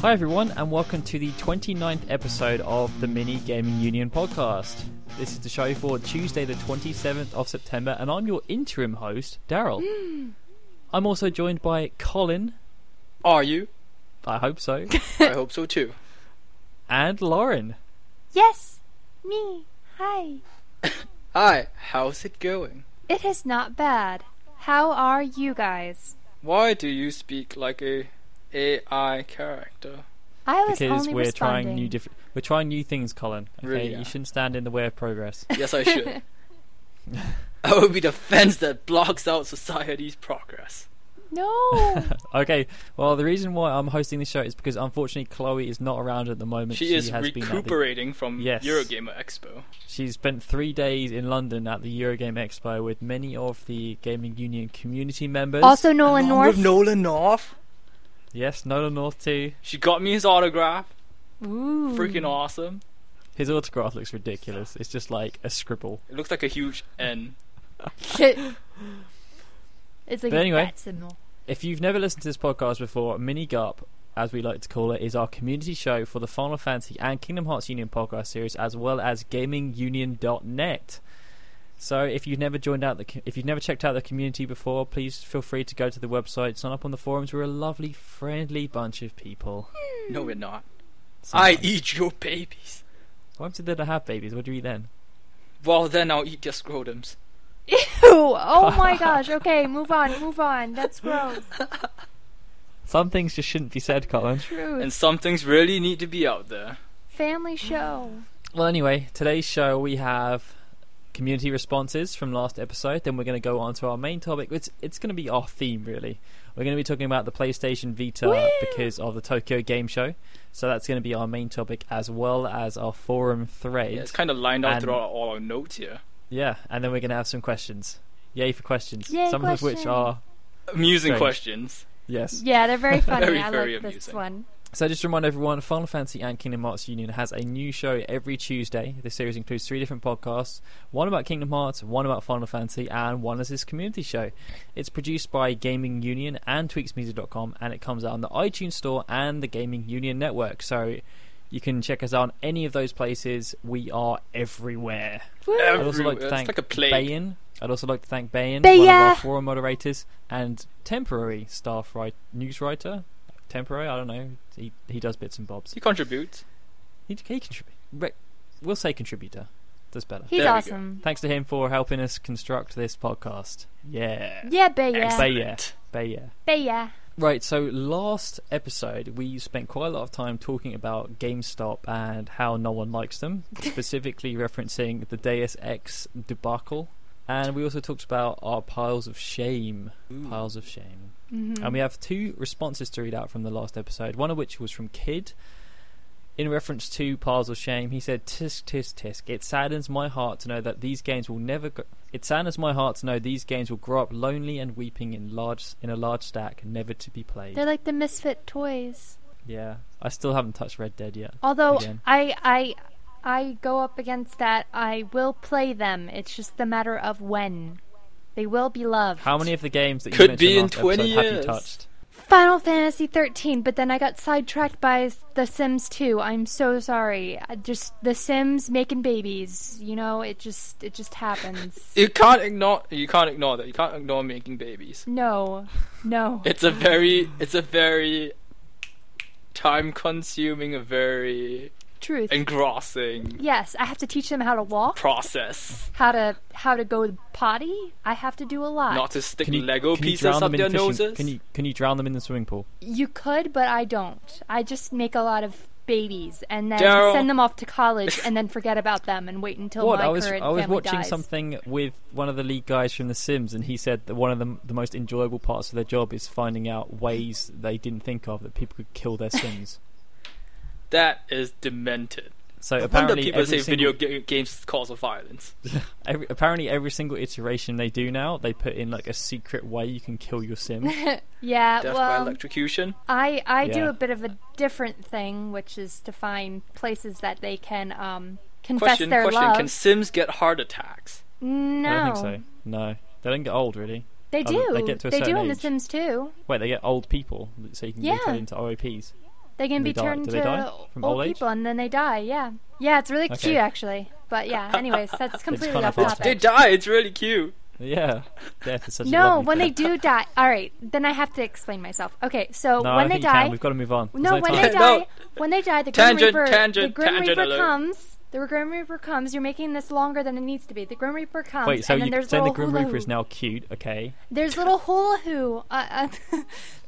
Hi, everyone, and welcome to the 29th episode of the Mini Gaming Union podcast. This is the show for Tuesday, the 27th of September, and I'm your interim host, Daryl. I'm also joined by Colin, Are you? I hope so, I hope so too. and Lauren. Yes, me. Hi. Hi, how's it going? It is not bad. How are you guys? Why do you speak like a AI character? I was Because only we're responding. trying new diff- we're trying new things, Colin. Okay, Really, yeah. you shouldn't stand in the way of progress. Yes, I should. I will be the fence that blocks out society's progress. no. okay, well, the reason why I'm hosting this show is because unfortunately Chloe is not around at the moment. She, is has been at the- recuperating from Yes. Eurogamer Expo. She spent three days in London at the Eurogame Expo with many of the Gaming Union community members. also, Nolan Along North. With Nolan North. Yes, Nolan North too. She got me his autograph. Ooh. Freaking awesome. His autograph looks ridiculous. It's just like a scribble. It looks like a huge N. it's like But anyway. a bat symbol. If you've never listened to this podcast before, Mini Garp, as we like to call it, is our community show for the Final Fantasy and Kingdom Hearts Union podcast series, as well as GamingUnion.net. So, if you've never joined out the, co- if you've never checked out the community before, please feel free to go to the website, sign up on the forums. We're a lovely, friendly bunch of people. Hmm. No, we're not. I Sometimes. eat your babies. Once did I have babies? What do you eat then? Well, then I'll eat your scrotums. Ew. Oh my gosh. Okay, move on. Move on. That's gross. Some things just shouldn't be said, Colin. Truth. And some things really need to be out there. Family show. Well, anyway, today's show we have community responses from last episode. Then we're going to go on to our main topic. It's it's going to be our theme really. We're going to be talking about the PlayStation Vita Woo! because of the Tokyo Game Show. So that's going to be our main topic as well as our forum thread. Yeah, it's kind of lined out And- throughout all our notes here. Yeah, and then we're going to have some questions. Yay for questions. Yay, some of which questions. are amusing Strange. questions. yes. Yeah, they're very funny. Very, I very like this amusing. one. So just to remind everyone, Final Fantasy and Kingdom Hearts Union has a new show every Tuesday. The series includes three different podcasts, one about Kingdom Hearts, one about Final Fantasy, and one is this community show. It's produced by Gaming Union and TweaksMedia.com, and it comes out on the iTunes Store and the Gaming Union Network. So you can check us out on any of those places. We are everywhere. Woo. Ev- I'd also like to Everywhere. thank It's like a plague. Bayan. I'd also like to thank Bayan, one of Bayan. our forum moderators and temporary staff right news writer. Temporary, I don't know. He he does bits and bobs. He contributes. He, he contribute. Re- we'll say contributor. That's better. He's There we go. awesome. Thanks to him for helping us construct this podcast. Yeah. Yeah, Baya. Excellent. Bayer. Bayer. Baya. Right, so last episode we spent quite a lot of time talking about GameStop and how no one likes them, specifically referencing the Deus Ex debacle. And we also talked about our piles of shame. Piles of shame. Mm-hmm. And we have two responses to read out from the last episode, one of which was from Kid. In reference to Piles of Shame, he said, Tisk, tisk, tisk. It saddens my heart to know that these games will never. Go- it saddens my heart to know these games will grow up lonely and weeping in large in a large stack, never to be played. They're like the misfit toys. yeah, I still haven't touched Red Dead yet. Although Again. I I I go up against that, I will play them. It's just the matter of when. They will be loved. How many of the games that you Could mentioned be in last 20 episode have you years. touched? Final Fantasy 13, but then I got sidetracked by s- The Sims 2. I'm so sorry. I just The Sims making babies, you know, it just it just happens. You can't ignore. You can't ignore that. You can't ignore making babies. no. No. It's a very. It's a very time-consuming, a very Truth. engrossing Yes, I have to teach them how to walk, process. how to how to go potty. I have to do a lot. Not to stick Can you, Lego can you pieces drown up them in their fishing- noses. Can you can you drown them in the swimming pool? You could, but I don't. I just make a lot of babies and then Daryl. send them off to college and then forget about them and wait until What my I was current I was family watching dies. something with one of the lead guys from The Sims, and he said that one of the the most enjoyable parts of their job is finding out ways they didn't think of that people could kill their Sims. That is demented. So No wonder apparently, people every say single, video ga- games cause of violence. every, apparently every single iteration they do now, they put in like a secret way you can kill your Sim. Uh, Yeah, Death by well, electrocution. I I do Yeah. a bit of a different thing, which is to find places that they can um confess Question. their Question. love. Can Sims get heart attacks? no, I don't think so. No, they don't get old really. They Oh, do. they get to a do certain in The age. Sims too. Wait, they get old people, so you can Yeah. get into ROPs. They can They be die- turned do they to die from old old age? people and then they die. Yeah, yeah, it's really Okay. cute actually. But yeah, anyways, that's completely kind off of off topic. They die. It's really cute. Yeah, death is such a No, lovely when they thing. do die. All right, then I have to explain myself. Okay, so No, I when they think you die, can. We've got to move on. no, There's when time. they No. die, when they die, the Grim Tangent, Reaper, the tangent, Grim tangent Reaper alert. comes. The Grim Reaper comes. You're making this longer than it needs to be. The Grim Reaper comes, Wait, so and then you there's saying the little Grim hula Reaper is hoop. now cute? Okay. There's little hula hoo. Uh, uh,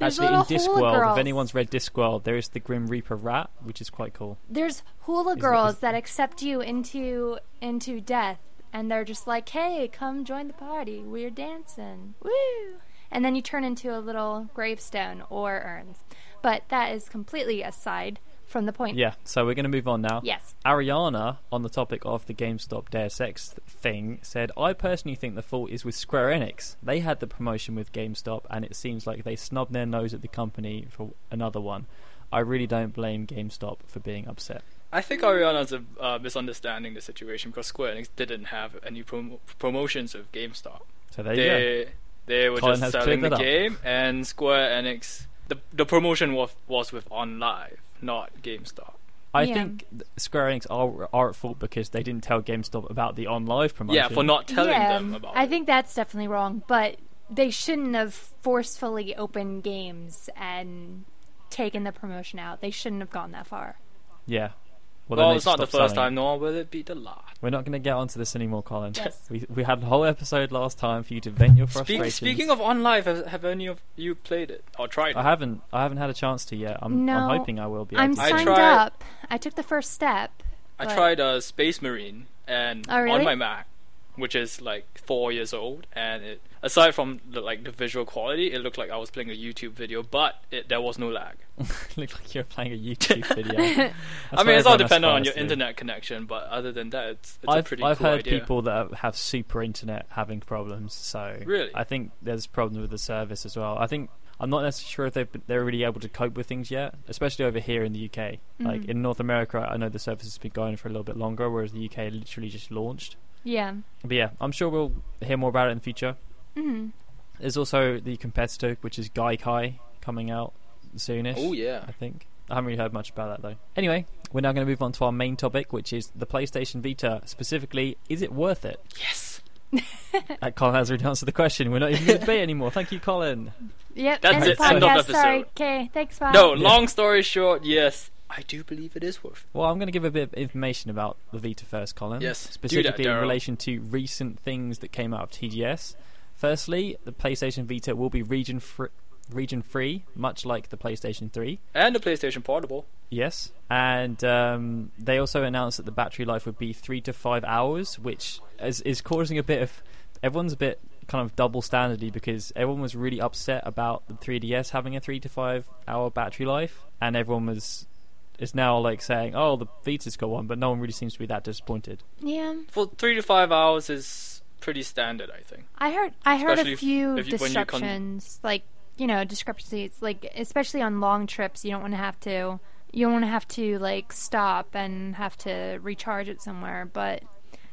there's Actually, in little hula Discworld, girls. if anyone's read Discworld, there is the Grim Reaper rat, which is quite cool. There's hula is- girls that accept you into into death, and they're just like, "Hey, come join the party. We're dancing, woo!" And then you turn into a little gravestone or urns. But that is completely aside from the point. Yeah, so we're going to move on now. Yes. Ariana, on the topic of the GameStop Deus Ex thing, said, I personally think the fault is with Square Enix. They had the promotion with GameStop, and it seems like they snubbed their nose at the company for another one. I really don't blame GameStop for being upset. I think Ariana's a, uh, misunderstanding the situation because Square Enix didn't have any prom- promotions of GameStop. So there you they they were Uh, Colin just has selling cleared the that up. game, and Square Enix the the promotion was was with On Live, not GameStop. go. I Yeah. think th- Square Enix are, are at fault because they didn't tell GameStop about the on live promotion. Yeah, for not telling Yeah, them about. I it. think that's definitely wrong, but they shouldn't have forcefully opened games and taken the promotion out. They shouldn't have gone that far. Yeah. Well, then they it's not the stopped first selling it. time, nor will it be the last. We're not going to get onto this anymore, Colin. Yes. We, we had a whole episode last time for you to vent your Speaking, frustrations. speaking of On Live, have, have any of you played it or tried it? I haven't I haven't had a chance to yet. I'm, No, I'm hoping I will be. I'm able to. I signed tried- up. I took the first step. I but- tried uh, Space Marine and Oh, really? on my Mac, which is like four years old, and it aside from the, like the visual quality, it looked like I was playing a YouTube video, but it, there was no lag. Look like you're playing a YouTube video. That's I what mean, it's all everyone has dependent on fires your to do. internet connection, but other than that, it's, it's I've, a pretty I've cool heard idea. people that have super internet having problems. So Really? I think there's problems with the service as well. I think I'm not necessarily sure if they've, been- they're really able to cope with things yet, especially over here in the UK. Like Mhm. in North America, I know the service has been going for a little bit longer, whereas the UK literally just launched. Yeah. But yeah, I'm sure we'll hear more about it in the future. hmm There's also the competitor, which is Gaikai, coming out soonish. Oh yeah, I think. I haven't really heard much about that though. Anyway, we're now going to move on to our main topic, which is the PlayStation Vita. Specifically, is it worth it? yes. Uh, Colin has already answered the question. We're not even going to debate anymore. Thank you, Colin. Yep. That's end of it. podcast. End of episode. Sorry. Okay. Thanks. Bye. No, Yeah. long story short, yes, I do believe it is worth. it. Well, I'm going to give a bit of information about the Vita first, Colin. Yes, do that, Specifically in Daryl. relation to recent things that came out of TGS. Firstly, the PlayStation Vita will be region free, region free, much like the PlayStation 3. And the PlayStation Portable. Yes, and um, they also announced that the battery life would be three to five hours, which is, is causing a bit of everyone's a bit kind of double standardy because everyone was really upset about the 3DS having a three to five hour battery life, and everyone was is now like saying, "Oh, the Vita's got one," but no one really seems to be that disappointed. Yeah. For three to five hours is pretty standard, I think. I heard. I heard Especially a if- few if you- when you con- disruptions, like you know, discrepancies, like especially on long trips, you don't want to have to. You don't want to have to like stop and have to recharge it somewhere, but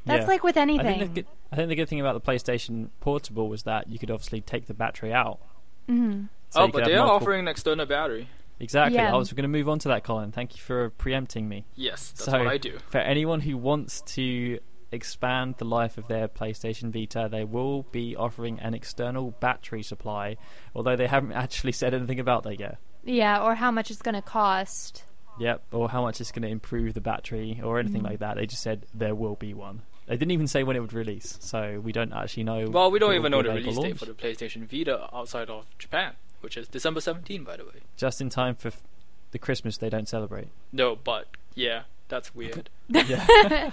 that's Yeah. like with I anything. think, the good, I think the good thing about the PlayStation Portable was that you could obviously take the battery out. Mhm. So oh, you could but have they are multiple- offering an external battery. exactly. Yeah. I was going to move on to that, Colin. Thank you for preempting me. Yes, that's So- what I do. For anyone who wants to expand the life of their PlayStation Vita, they will be offering an external battery supply, although they haven't actually said anything about that yet. Yeah, or how much it's going to cost. Yep, or how much it's going to improve the battery or anything Mm. like that. They just said there will be one. They didn't even say when it would release, so we don't actually know. Well, we if don't it even will know be the available release date launch. for the PlayStation Vita outside of Japan, which is December 17, by the way. Just in time for f- the Christmas they don't celebrate. No, but yeah, that's weird. Yeah.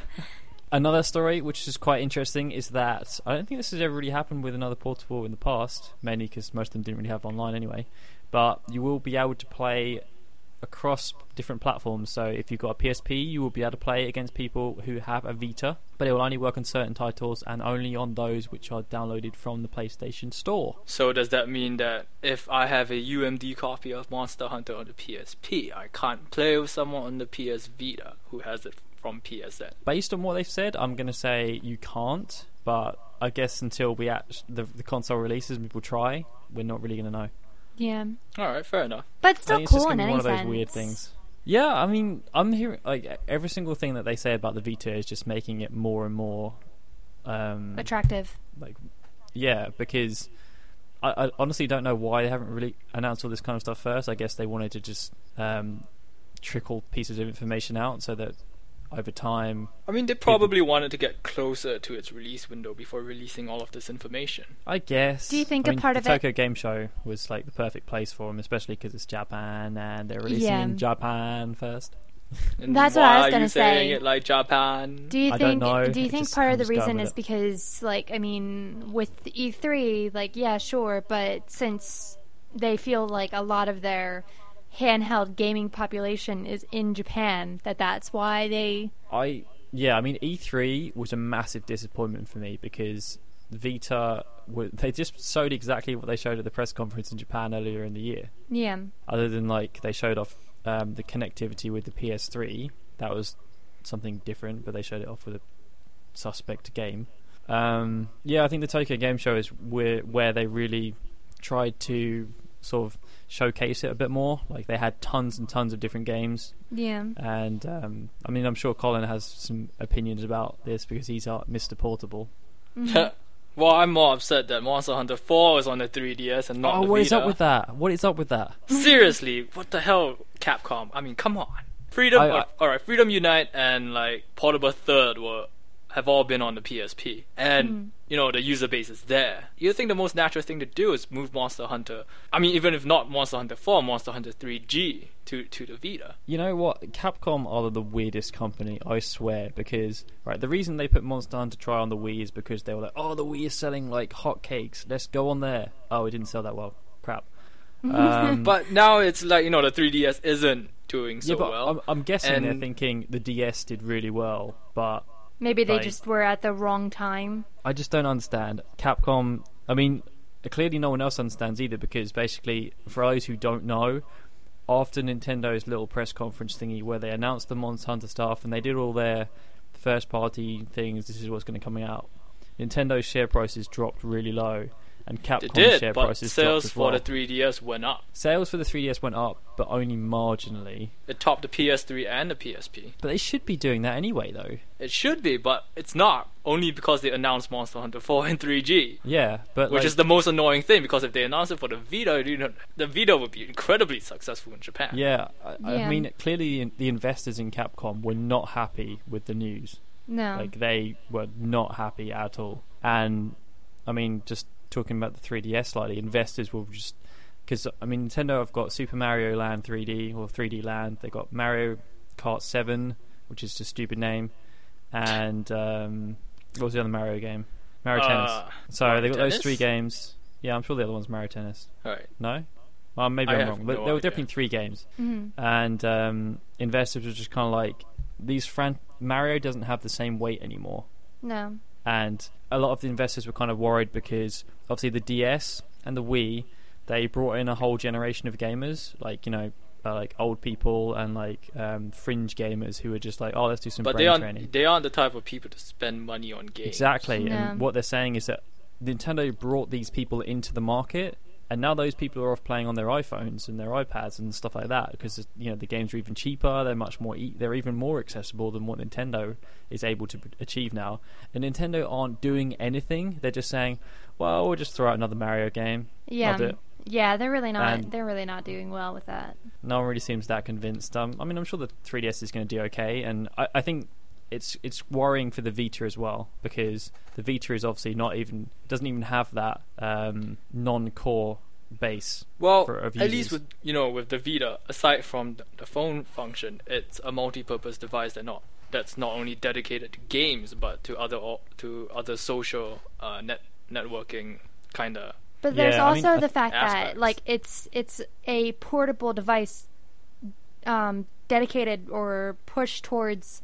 another story which is quite interesting is that I don't think this has ever really happened with another portable in the past, mainly because most of them didn't really have online anyway. But you will be able to play across different platforms. So if you've got a PSP, you will be able to play against people who have a Vita, but it will only work on certain titles and only on those which are downloaded from the PlayStation Store. So does that mean that if I have a UMD copy of Monster Hunter on the PSP, I can't play with someone on the PS Vita who has it from PSN? based on what they've said, I'm going to say you can't. But I guess until we act- the, the console releases and people try, we're not really going to know. Yeah. All right, fair enough. But I still think it's cool just in gonna be any one of those sense. weird things. Yeah, I mean, I'm hearing like every single thing that they say about the Vita is just making it more and more. Um, Attractive. like, yeah, because I, I honestly don't know why they haven't really announced all this kind of stuff first. I guess they wanted to just um, trickle pieces of information out so that over time, I mean, they probably wanted to get closer to its release window before releasing all of this information. I guess. Do you think I a mean, part the of it- Tokyo Game Show was like the perfect place for them, especially because it's Japan and they're releasing Yeah. in Japan first. And That's why what I was are gonna you saying say. it like Japan? Do you I don't think? know. Do you It think just part of the comes down reason with is it. because, like, I mean, with E three, like, yeah, sure, but since they feel like a lot of their handheld gaming population is in Japan, that that's why they. I yeah, I mean E3 was a massive disappointment for me because Vita were, they just showed exactly what they showed at the press conference in Japan earlier in the year. Yeah, Other than like they showed off um, the connectivity with the PS3, that was something different, but they showed it off with a suspect game. Um, yeah, I think the Tokyo Game Show is where where they really tried to sort of showcase it a bit more. Like they had tons and tons of different games yeah. and um, I mean, I'm sure Colin has some opinions about this because he's our Mr. Portable. mm-hmm. Mm-hmm. well, I'm more upset that Monster Hunter 4 was on the 3DS and not oh, the what Vita. is up with that? What is up with that? Seriously, what the hell, Capcom? I mean, come on. Freedom, uh, I- I- all right, Freedom Unite and like Portable Third were have all been on the PSP, and Mm. you know the user base is there. You think the most natural thing to do is move Monster Hunter? I mean, even if not Monster Hunter Four, Monster Hunter Three G to to the Vita. You know what? Capcom are the weirdest company, I swear. Because right, the reason they put Monster Hunter Try on the Wii is because they were like, "Oh, the Wii is selling like hotcakes. Let's go on there." Oh, it didn't sell that well. Crap. Um, But now it's like you know the 3DS isn't doing so yeah, but well. I'm, I'm guessing they're and- thinking the DS did really well, but Maybe they Like- just were at the wrong time. I just don't understand. Capcom, I mean, clearly no one else understands either because basically, for those who don't know, after Nintendo's little press conference thingy where they announced the Monster Hunter stuff and they did all their first party things, this is what's going to come out, Nintendo's share prices dropped really low and they Capcom's share did, but prices dropped sales as for well. the 3DS went up. sales for the 3DS went up, but only marginally. It topped the PS3 and the PSP. But they should be doing that anyway, though. It should be, but it's not. Only because they announced Monster Hunter 4 and 3G. Yeah, but Which like, is the most annoying thing because if they announce it for the Vita, you know, the Vita would be incredibly successful in Japan. Yeah, I, I Yeah. mean, clearly in- the investors in Capcom were not happy with the news. No. Like they were not happy at all. And I mean, just talking about the 3DS slightly, investors will just because I mean, Nintendo have got Super Mario Land 3D or 3D Land. They got Mario Kart 7, which is a stupid name, and um, what was the other Mario game? Mario Tennis. Uh, So Mario they got those Tennis? three games. Yeah, I'm sure the other one's Mario Tennis. All right. No, well, maybe I I'm have wrong. But no there were idea. definitely three games Mhm. and um, investors were just kind of like, these fran- Mario doesn't have the same weight anymore, No. and a lot of the investors were kind of worried because obviously the DS and the Wii, they brought in a whole generation of gamers, like you know, uh, like old people and like um, fringe gamers who were just like, oh, let's do some But brain they aren't training. they aren't the type of people to spend money on games. Exactly. Yeah. And what they're saying is that Nintendo brought these people into the market, and now those people are off playing on their iPhones and their iPads and stuff like that because you know the games are even cheaper. They're much more. E- they're even more accessible than what Nintendo is able to p- achieve now. And Nintendo aren't doing anything. They're just saying, "Well, we'll just throw out another Mario game." Yeah. Love it. Yeah, they're really not. And- they're really not doing well with that. no one really seems that convinced. Um, I mean, I'm sure the 3DS is going to do okay, and I, I think it's it's worrying for the Vita as well because the Vita is obviously not even doesn't even have that um, non-core base. Well, for- of users. at least with you know with the Vita, aside from th- the phone function, it's a multi-purpose device that not that's not only dedicated to games but to other o- to other social uh, net networking kind of. But there's Yeah, I mean, also I the th- fact aspects. that like it's it's a portable device um, dedicated or pushed towards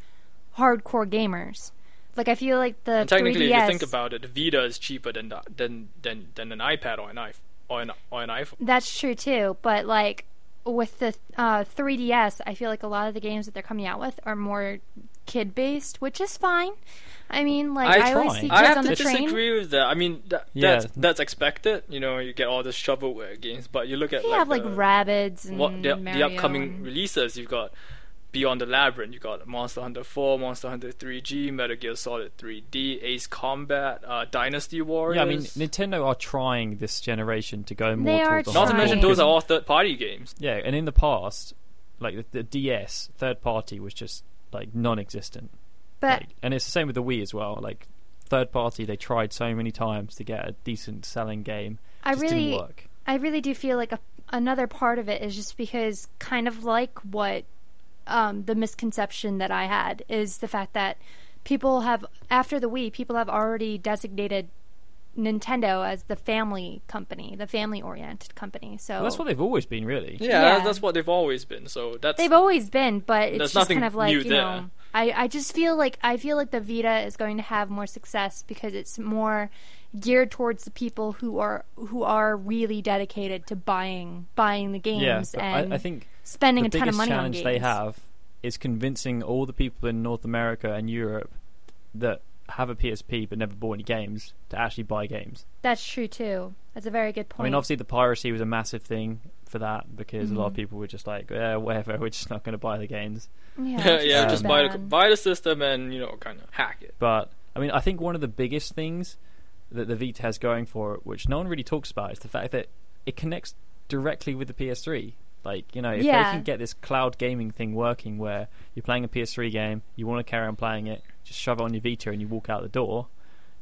hardcore gamers. Like I feel like the And technically, 3DS, if you think about it, the Vita is cheaper than the, than than than an iPad or an iPhone or an, or an iPhone. that's true too. But like with the uh, 3DS, I feel like a lot of the games that they're coming out with are more kid based, which is fine. I mean, like I, I always try. see kids I I have on to the train. disagree with that. I mean, that, Yeah. that's that's expected. You know, you get all this shovelware games, but you look at They like, have like the, rabbits and what the, the Mario upcoming and- releases. You've got Beyond the Labyrinth. You've got Monster Hunter 4, Monster Hunter 3G, Metal Gear Solid 3D, Ace Combat, uh, Dynasty Warriors. Yeah, I mean, Nintendo are trying this generation to go more They are towards the not to hardcore mention those game. are all third-party games. Yeah, and in the past, like the, the DS third party was just like non-existent. But Like, and it's the same with the Wii as well. Like third party, they tried so many times to get a decent selling game. I just really, didn't work. I really do feel like a, another part of it is just because, kind of like what um, the misconception that I had is the fact that people have, after the Wii, people have already designated Nintendo as the family company, the family oriented company. So Well, that's what they've always been, really. Yeah, Oh. Yeah. That's, that's what they've always been. So that's They've always been, but it's There's just nothing kind of like new you there. know. I, I just feel like I feel like the Vita is going to have more success because it's more geared towards the people who are who are really dedicated to buying buying the Yeah, games but and I, I think spending the a ton of biggest money on challenge games. they have is convincing all the people in North America and Europe that have a PSP but never bought any games to actually buy games. That's true too. That's a very good I point. mean, obviously the piracy was a massive thing for that because a lot of Mhm. people were just like, yeah, whatever, we're just not going to buy the games. yeah, yeah, which is yeah, too just too buy the bad. buy the system and you know kind of hack it. But I mean, I think one of the biggest things that the Vita has going for it, which no one really talks about, is the fact that it connects directly with the PS3. Like, you know, if Yeah. they can get this cloud gaming thing working where you're playing a PS3 game, you want to carry on playing it, just shove it on your Vita and you walk out the door.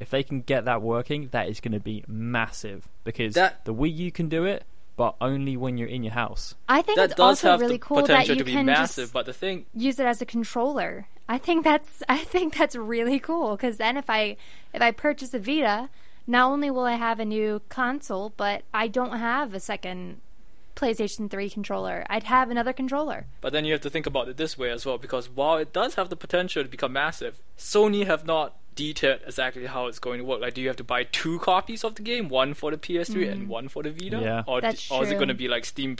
If they can get that working, that is going to be massive because That- the Wii U can do it, but only when you're in your house. I think That it's does also have really the cool that potential you to be can massive, just but the thing use it as a controller. I think that's I think that's really cool because then if I if I purchase a Vita, not only will I have a new console, but I don't have a second PlayStation 3 controller. I'd have another controller. But then you have to think about it this way as well, because while it does have the potential to become massive, Sony have not detailed exactly how it's going to work. Like, do you have to buy two copies of the game, one for the PS3 and one for the Vita, Yeah. or, d- Mm. That's or is it true. going to be like Steam,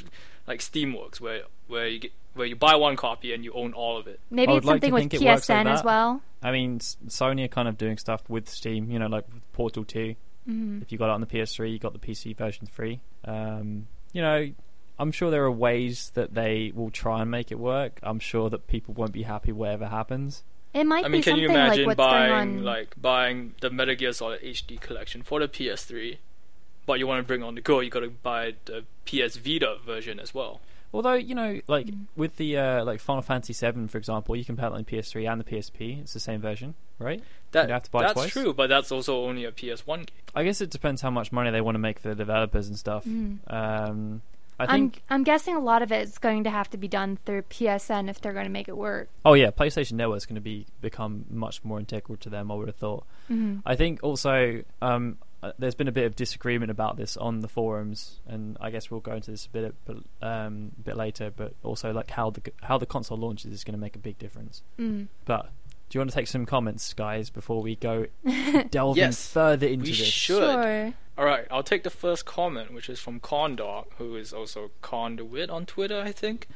like Steamworks, where where you get, where you buy one copy and you own all of it? Maybe I would it's like to something with think it works like PSN as that. well. I mean, S- Sony are kind of doing stuff with Steam, you know, like with Portal 2. Mhm. If you got it on the PS3, you got the PC version free. Um, you know, I'm sure there are ways that they will try and make it work. I'm sure that people won't be happy whatever happens. It might I be mean, can something you like imagine what's going buying on. like buying the Metal Gear Solid HD collection for the PS3, but you want to bring on the go, you got to buy the PS Vita version as well. Although, you know, like with the uh, like Final Fantasy 7 for example, you can play it on the PS3 and the PSP. It's the same version, right? That, You'd have to buy it that's twice? true, but that's also only a PS1 game. I guess it depends how much money they want to make for the developers and stuff. Mhm. Um, I I'm think. I'm guessing a lot of it's going to have to be done through PSN if they're going to make it work. Oh yeah, PlayStation Network's going to be become much more integral to them. I would have thought. Mhm. I think also um, uh, there's been a bit of disagreement about this on the forums, and I guess we'll go into this a bit but, um, bit later. But also like how the how the console launches is going to make a big difference. Mm. But do you want to take some comments, guys, before we go delving Yes, further into we this? should. Good. Mm. Sure. All right, I'll take the first comment, which is from Condog, who is also Conduit on Twitter, I think.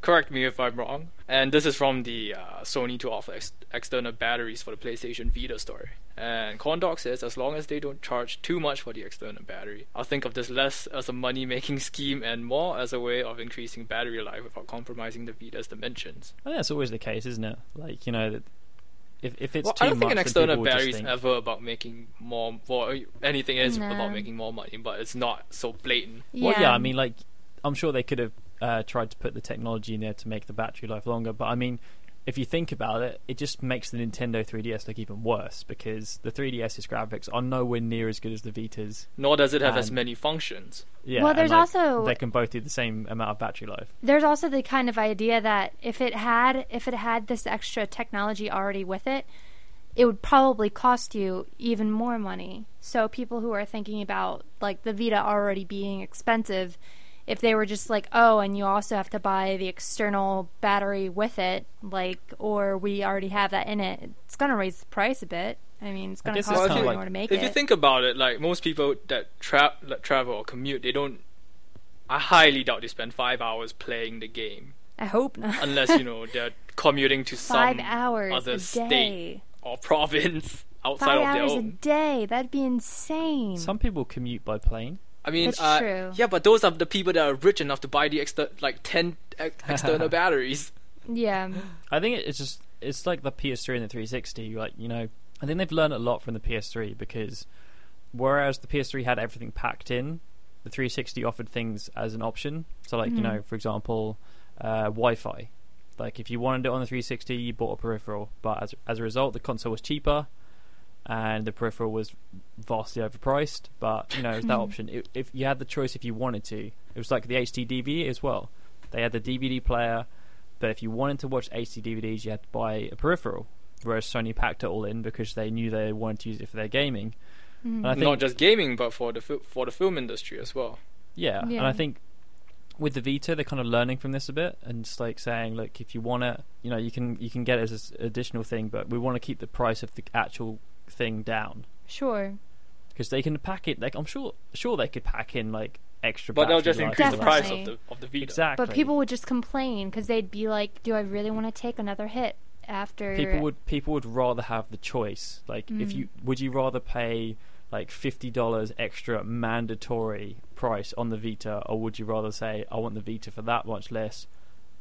Correct me if I'm wrong. And this is from the uh, Sony to offer ex- external batteries for the PlayStation Vita story. And Condog says, as long as they don't charge too much for the external battery, I'll think of this less as a money-making scheme and more as a way of increasing battery life without compromising the Vita's dimensions. I think that's Oh, always the case, isn't it? Like you know that if if it's well, too I much, don't think an then external people will just battery is think- ever about making more. Well, anything is No. about making more money, but it's not so blatant. Well, yeah, I mean, like, I'm sure they could have uh, tried to put the technology in there to make the battery life longer, but I mean, if you think about it, it just makes the Nintendo 3DS look even worse because the 3DS's graphics are nowhere near as good as the Vita's. nor does it have as And- many functions. Yeah, Well, and, there's like, also- they can both do the same amount of battery life. there's also the kind of idea that if it had if it had this extra technology already with it it would probably cost you even more money so people who are thinking about like the vita already being expensive if they were just like oh and you also have to buy the external battery with it like or we already have that in it it's going to raise the price a bit i mean it's I going to guess cost it's you kinda more like- to make if it you think about it, like most people that tra- that travel or commute, they don't. I highly doubt they spend five hours playing the game, i hope not unless you know they're commuting to some five hours other a state day or province outside Five of their hours a own. day. That'd be insane. Some people commute by plane. I mean, That's uh, true. yeah, but those are the people that are rich enough to buy the exter- like ten ex- external batteries. yeah. I think it- it's just it's like the PS3 and the 360. Like you know, I think they've learned a lot from the PS3 because whereas the PS3 had everything packed in, the 360 offered things as an option. So like you Mhm. know, for example, uh, Wi-Fi. Like if you wanted it on the 360, you bought a peripheral, but as as a result, the console was cheaper. And the peripheral was vastly overpriced, but you know it was that Mhm. option. If- if you had the choice, if you wanted to, it was like the HD DVD as well. They had the DVD player, but if you wanted to watch HD DVDs, you had to buy a peripheral. Whereas Sony packed it all in because they knew they wanted to use it for their gaming. Mm. And I think, Not just gaming, but for the fil- for the film industry as well. yeah. Yeah. and I think with the Vita, they're kind of learning from this a bit and just like saying, look, if you want it, you know, you can you can get it as an additional thing, but we want to keep the price of the actual thing down Sure. because they can pack it. Like I'm sure, sure they could pack in like extra. But they'll battery just life increase the and price of Definitely. the of the Vita. Exactly. But people would just complain because they'd be like, "Do I really want to take another hit after?" people would people would rather have the choice. Like, if Mm. you would you rather pay like fifty dollars extra mandatory price on the Vita, or would you rather say I want the Vita for that much less,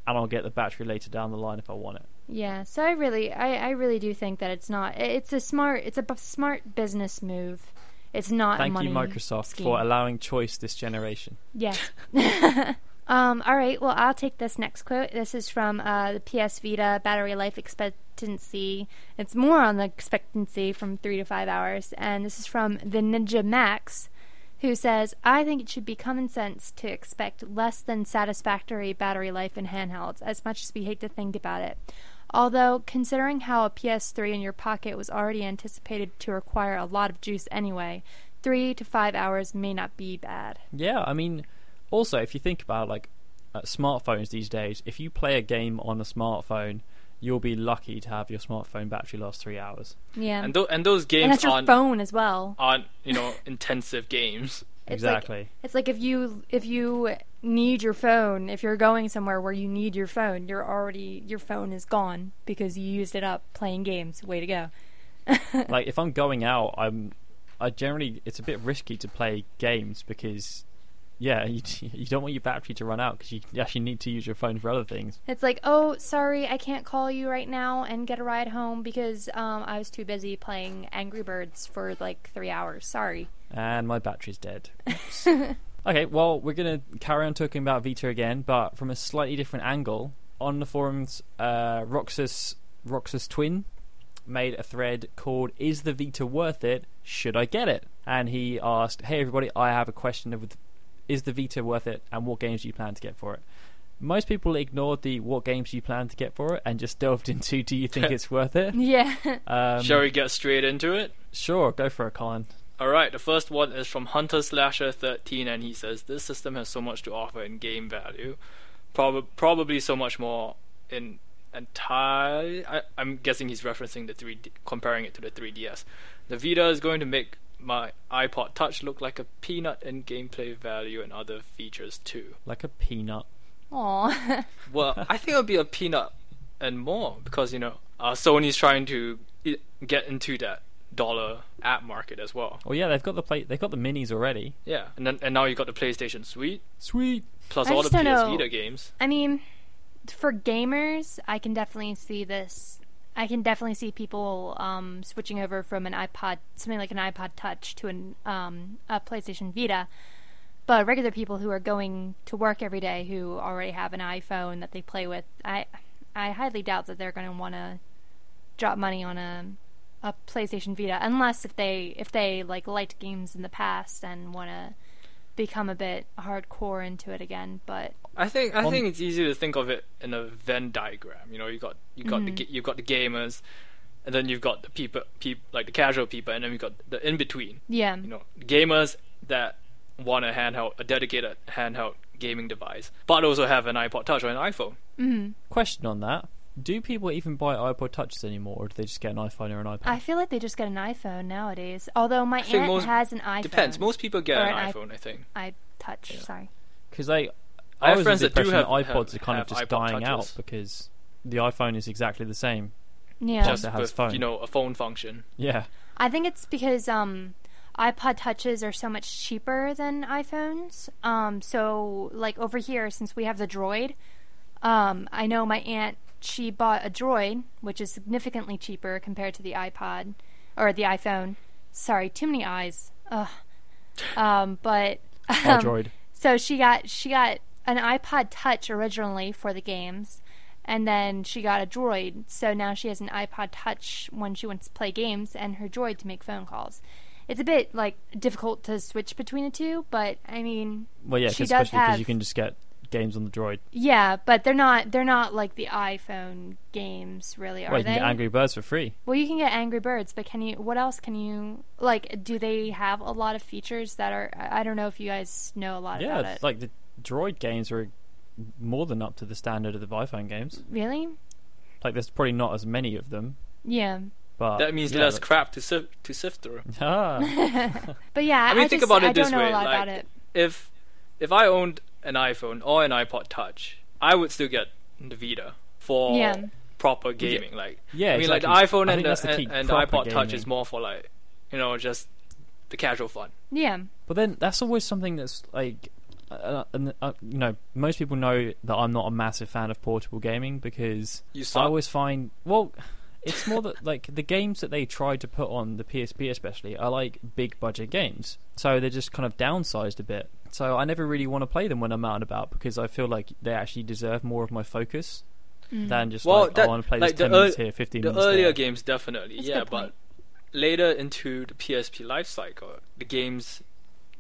and I'll get the battery later down the line if I want it? Yeah. So I really, I, I really do think that it's not. i- It's a smart. It's a b- smart business move. It's not. a Thank money you, Microsoft, scheme. for allowing choice this generation. Yes. um, all right. Well, I'll take this next quote. This is from uh, the PS Vita battery life expectancy. It's more on the expectancy from three to five hours. And this is from the Ninja Max, who says, I think it should be common sense to expect less than satisfactory battery life in handhelds, as much as we hate to think about it. Although, considering how a PS3 in your pocket was already anticipated to require a lot of juice anyway, three to five hours may not be bad. Yeah, I mean, also if you think about like uh, smartphones these days, if you play a game on a smartphone, you'll be lucky to have your smartphone battery last three hours. Yeah. And tho- and those and games that's your aren't phone as well. aren't you know intensive games. It's like- exactly. It's like if you if you need your phone, if you're going somewhere where you need your phone, you're already your phone is gone because you used it up playing games. Way to go. like if I'm going out, I'm I generally it's a bit risky to play games because yeah, you you don't want your battery to run out because you actually need to use your phone for other things. It's like, "Oh, sorry, I can't call you right now and get a ride home because um, I was too busy playing Angry Birds for like 3 hours. Sorry." And my battery's dead. Oops. okay, well we're gonna carry on talking about Vita again, but from a slightly different angle. On the forums, uh, Roxas Roxas Twin made a thread called "Is the Vita worth it? Should I get it?" And he asked, "Hey everybody, I have a question of is the Vita worth it, and what games do you plan to get for it?" Most people ignored the "What games do you plan to get for it?" and just delved into "Do you think it's worth it?" Yeah. Um, Shall we get straight into it? Sure, go for it, Colin. All right, the first one is from Hunter Slasher 13, and he says this system has so much to offer in game value, Prob- probably so much more in entire. I- I'm guessing he's referencing the 3D, comparing it to the 3DS. The Vita is going to make my iPod Touch look like a peanut in gameplay value and other features too. Like a peanut. Aw. Well, I think it'll be a peanut and more because you know uh, Sony's trying to i- get into that dollar app market as well. Oh yeah, they've got the play. They've got the minis already. Yeah, and then, and now you got the PlayStation Suite Sweet. plus I all the just PS don't know. Vita games. I mean, for gamers, I can definitely see this. I can definitely see people um, switching over from an iPod, something like an iPod Touch, to an um, a PlayStation Vita. But regular people who are going to work every day, who already have an iPhone that they play with, I I highly doubt that they're going to want to drop money on a a PlayStation Vita, unless if they if they like liked games in the past and want to become a bit hardcore into it again. But I think I On- think it's easy to think of it in a Venn diagram. You know, you got you got the Mhm. the you got the gamers, and then you've got the people, peop like the casual people, and then we got the in between. yeah, You know, gamers that want a handheld, a dedicated handheld gaming device, but also have an iPod Touch or an iPhone. Mm. Question on that: Do people even buy iPod touches anymore, or do they just get an iPhone or an iPad? I feel like they just get an iPhone nowadays. Although my I think aunt most- has an iPhone. Depends. Most people get Or an, an i- iPhone, I think. I touch. Yeah. Sorry. Because I, I I, have was of friends the that do impression have- that iPods have- are kind have of just iPod dying out touches. because the iPhone is exactly the same. Yeah. just that has with, phone. you know a phone function. Yeah. I think it's because um, iPod touches are so much cheaper than iPhones. Um, so like over here, since we have the Droid, um, I know my aunt she bought a Droid, which is significantly cheaper compared to the iPod or the iPhone. Sorry, too many eyes. Ugh. Um, but Or um, droid. so she got she got an iPod Touch originally for the games, and then she got a Droid. So now she has an iPod Touch when she wants to play games, and her Droid to make phone calls. It's a bit like difficult to switch between the two, but I mean, Well, yeah, she 'cause does especially because have- you can just get games on the droid. yeah, but they're not they're not like the iPhone games, really, are Well, you they? can get Angry Birds for free. Well, you can get Angry Birds, but can you? What else can you like? Do they have a lot of features that are? I I don't know if you guys know a lot Yeah, about it. it's like the droid games are more than up to the standard of the iPhone games. really? Like, there's probably not as many of them, Yeah. but That means Uh, yeah, less that- crap to sift to sift through. Ah, But yeah, I, I mean, think just- about it I this don't know way: a lot like, about it. if if I owned an iPhone or an iPod Touch, I would still get the Vita for Yeah. proper gaming. Like, Yeah, I mean, like the exactly. iPhone I and think that's the, the and, key, and the proper iPod Touch gaming. is more for like, you know, just the casual fun. Yeah. but then that's always something that's like, uh, uh, uh, you know, most people know that I'm not a massive fan of portable gaming because You I saw always find well, it's more that like the games that they tried to put on the PSP especially are like big budget games, so they're just kind of downsized a bit. So I never really want to play them when I'm out and about because I feel like they actually deserve more of my focus than just Well, like that- I want to play like this the ten minutes ear- here, fifteen the minutes earlier there. games definitely, That's a yeah, good but point. later into the PSP life cycle, the games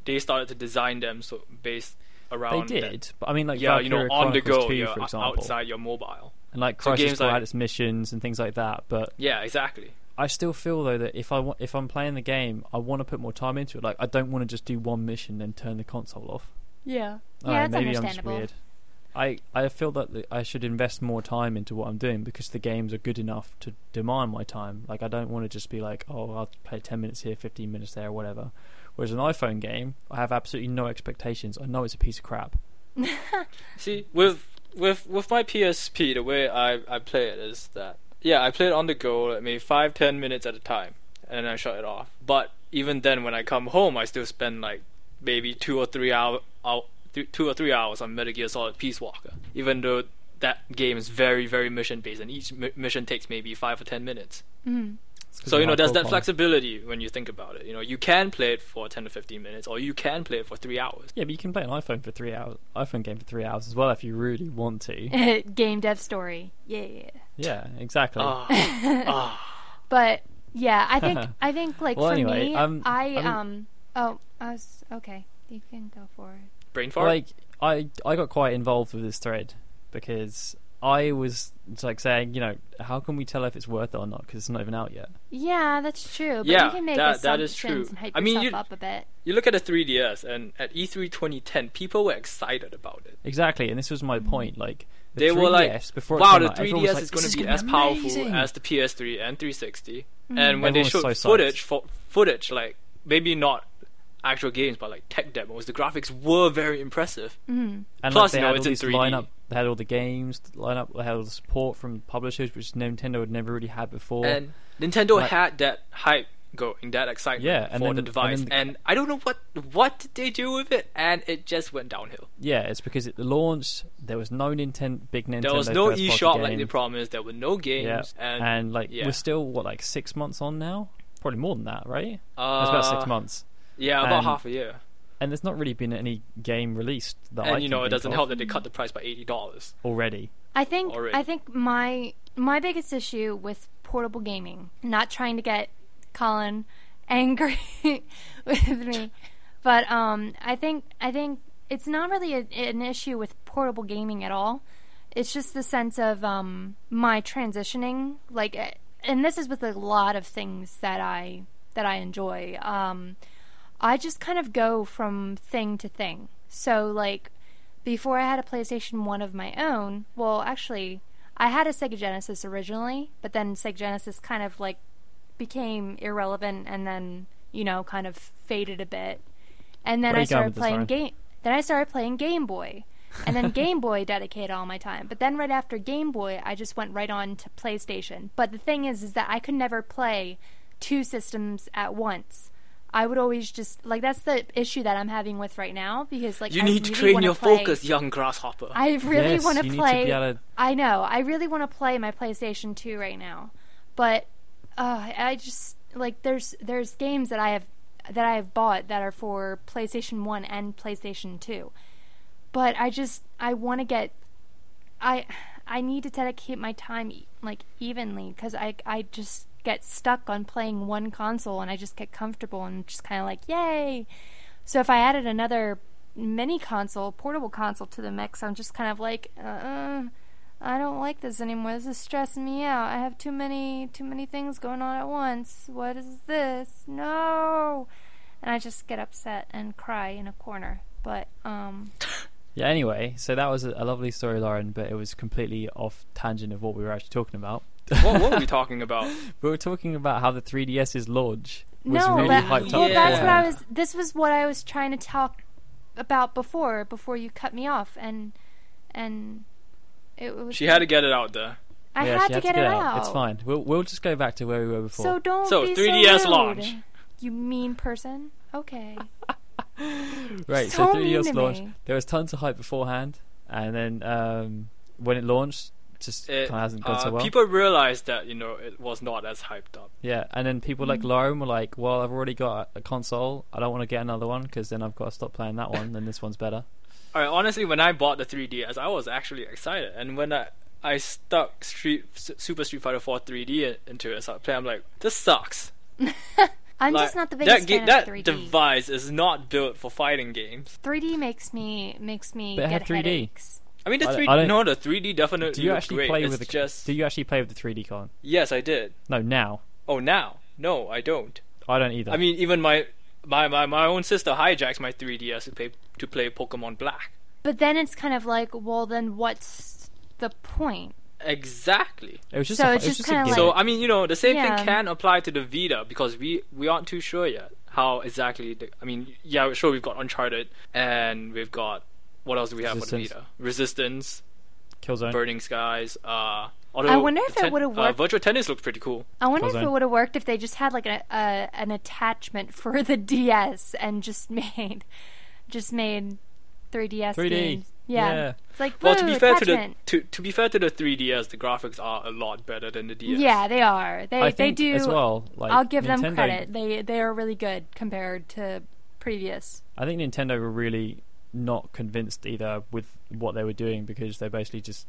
they started to design them so based They around that. did, but I mean like yeah, Valkyria you know, on the Chronicles go, 2, yeah, for o- example, outside your mobile. and like so Crisis games like- Core had its missions and things like that. But Yeah, exactly. I still feel though that if I wa- if I'm playing the game, I want to put more time into it. Like I don't want to just do one mission then turn the console off. Yeah. Yeah, Alright, that's maybe understandable. I'm just weird. I, I feel that th- I should invest more time into what I'm doing because the games are good enough to demand my time. Like I don't want to just be like, oh, I'll play 10 minutes here, 15 minutes there, whatever. Whereas an iPhone game, I have absolutely no expectations. I know it's a piece of crap. See, with with with my PSP, the way I I play it is that yeah, I play it on the go, like maybe five ten minutes at a time, and then I shut it off. But even then, when I come home, I still spend like maybe two or three hour, hour th- two or three hours on Metal Gear Solid Peace Walker, even though that game is very very mission based, and each mi- mission takes maybe five or ten minutes. Mm. So you know, there's that's that flexibility when you think about it. You know, you can play it for ten to fifteen minutes, or you can play it for three hours. Yeah, but you can play an iPhone for three hours, iPhone game for three hours as well if you really want to. Game dev story. Yeah. yeah, exactly. Ah, ah. But yeah, I think I think like Well, for anyway, me, um, I I mean- um oh I was okay. You can go for it. brain fart. like I I got quite involved with this thread because I was like saying, you know, how can we tell if it's worth it or not because it's not even out yet. Yeah, that's true. But Yeah, you can make that- that is assumptions true. and hype I mean, yourself you- up a bit. You look at the 3DS, and at E E3 2010, people were excited about it. Exactly, and this was my point. Like the they 3DS, were like, before it "Wow, came the out, 3DS everyone was like, is "This going to be gonna as powerful amazing." Mm. as the PS3 and 360." And when Everyone was they showed so psyched. footage, for, footage like maybe not actual games, but like tech demos, the graphics were very impressive. Mm-hmm. and Plus, like, you they know, had it's all in these 3D. lineup. They had all the games lineup. They had all the support from publishers, which Nintendo had never really had before. And Nintendo Like- had that hype going, that excitement Yeah, and then- for the and device. then the- and I don't know what what did they do with it, and it just went downhill. yeah, it's because at the launch there was no Nintendo, big Nintendo. There was no first-party eShop like game. they promised. There were no games, Yeah, and, like yeah. we're still what like six months on now, probably more than that, right? uh, It's about six months. Yeah, about and- half a year. and there's not really been any game released that I and you can know it think doesn't of help that they cut the price by eighty dollars. already. I think already. I think my my biggest issue with portable gaming, not trying to get Colin angry with me, but um, I think I think it's not really a, an issue with portable gaming at all. It's just the sense of um, my transitioning, like, eh, and this is with a lot of things that I that I enjoy. Um, I just kind of go from thing to thing. So like before I had a PlayStation 1 of my own, well, actually, I had a Sega Genesis originally, but then Sega Genesis kind of like became irrelevant and then, you know, kind of faded a bit. And then Where are I you going started with this, playing Lauren? game then I started playing Game Boy. and then Game Boy dedicated all my time. But then right after Game Boy, I just went right on to PlayStation. But the thing is, is that I could never play two systems at once. I would always just like that's the issue that I'm having with right now because like You I need to really train wanna your play- focus, young grasshopper. I really Yes, want you need to play. be able to- I know. I really want to play my PlayStation 2 right now, but uh, I just like there's there's games that I have that I have bought that are for PlayStation 1 and PlayStation 2, but I just I want to get I I need to dedicate my time e- like evenly because I I just get stuck on playing one console and I just get comfortable and just kind of like yay. So if I added another mini console, portable console to the mix, I'm just kind of like, uh, I don't like this anymore. This is stressing me out. I have too many too many things going on at once. What is this? No. And I just get upset and cry in a corner. But um Yeah, anyway, so that was a, a lovely story, Lauren, but it was completely off tangent of what we were actually talking about. what, what were we talking about? We were talking about how the 3DS's launch was no, really but hyped well, up. that's for what I them. was. This was what I was trying to talk about before. Before you cut me off, and and it was. She had to get it out there. I Yeah, had she to get, it out. It's fine. We'll we'll just go back to where we were before. So don't. So, be 3DS so rude. launch. You mean person? Okay. Right, so so, 3 mean years to launch. me. There was tons of hype beforehand, and then um, when it launched, just It, kind of hasn't gone uh, so well. People realized that you know it was not as hyped up. yeah, and then people like Mm-hmm. Lauren were like, "Well, I've already got a console. I don't want to get another one because then I've got to stop playing that one. Then this one's better." All right, honestly, when I bought the 3DS, I was actually excited, and when I I stuck Street S- Super Street Fighter 4 3D in- into it, I started playing. I'm like, this sucks. I'm Like, just not the that biggest ga- fan that of 3D. device is not built for fighting games. 3D makes me makes me But it had get 3D. headaches. I mean, the I- 3D, I don't- no, the 3D definitely Do you looked actually great. play it's with the? just Do you actually play with the 3D con? yes, I did. No, now Oh, now no, I don't. I don't either. I mean, even my my, my, my own sister hijacks my 3DS to play to play Pokemon Black. But then it's kind of like, well, then what's the point? Exactly. it was just so a, it's it was just a kinda gimmick. So Like- I mean, you know, the same Yeah. thing can apply to the Vita because we we aren't too sure yet how exactly. The, I mean, yeah, sure we've got Uncharted and we've got what else do we have Resistance. for the Vita? Resistance, Killzone. Burning Skies. Uh, although I wonder if the it would've Uh, worked- virtual tennis looked pretty cool. I wonder if Ozone. it would have worked if they just had like a, a an attachment for the DS and just made just made 3DS 3D. games. Yeah. Yeah. It's like Well, to woo, be fair to the attachment. to, to be fair to the 3DS, the graphics are a lot better than the DS. Yeah, they are. They I they think do as well. Like, I'll give them Nintendo- credit. They they are really good compared to previous. I think Nintendo were really not convinced either with what they were doing because they basically just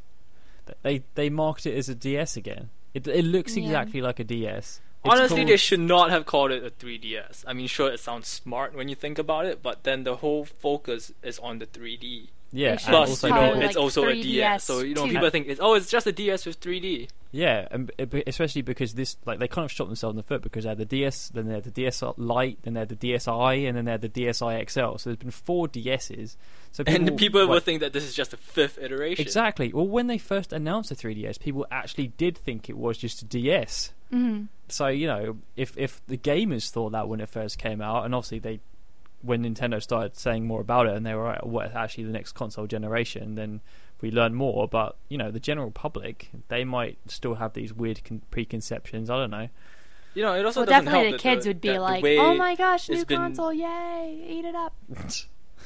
they they market it as a DS again. It it looks Yeah. exactly like a DS. It's Honestly, called- they should not have called it a 3DS. I mean, sure, it sounds smart when you think about it, but then the whole focus is on the 3D. yeah. They should and Plus, also you people- know, call it, it's like, also a 3DS DS. So you know, too. people think it's oh, it's just a DS with 3D. yeah, and b- b- especially because this like they kind of shot themselves in the foot because they had the DS, then they had the DS Lite, then they had the DSi, and then they had the DSi XL. So there's been four DSs. So people, And people will like- think that this is just the fifth iteration. Exactly. Well, when they first announced the 3DS, people actually did think it was just a DS. Mm. Mm-hmm. So you know, if if the gamers thought that when it first came out, and obviously they, when Nintendo started saying more about it, and they were like, "What actually the next console generation?" Then we learn more. But you know, the general public they might still have these weird con- preconceptions. I don't know. You know, it also Well, doesn't definitely the help that kids would that be the like, way "Oh my gosh, it's new been- console! Yay, eat it up!"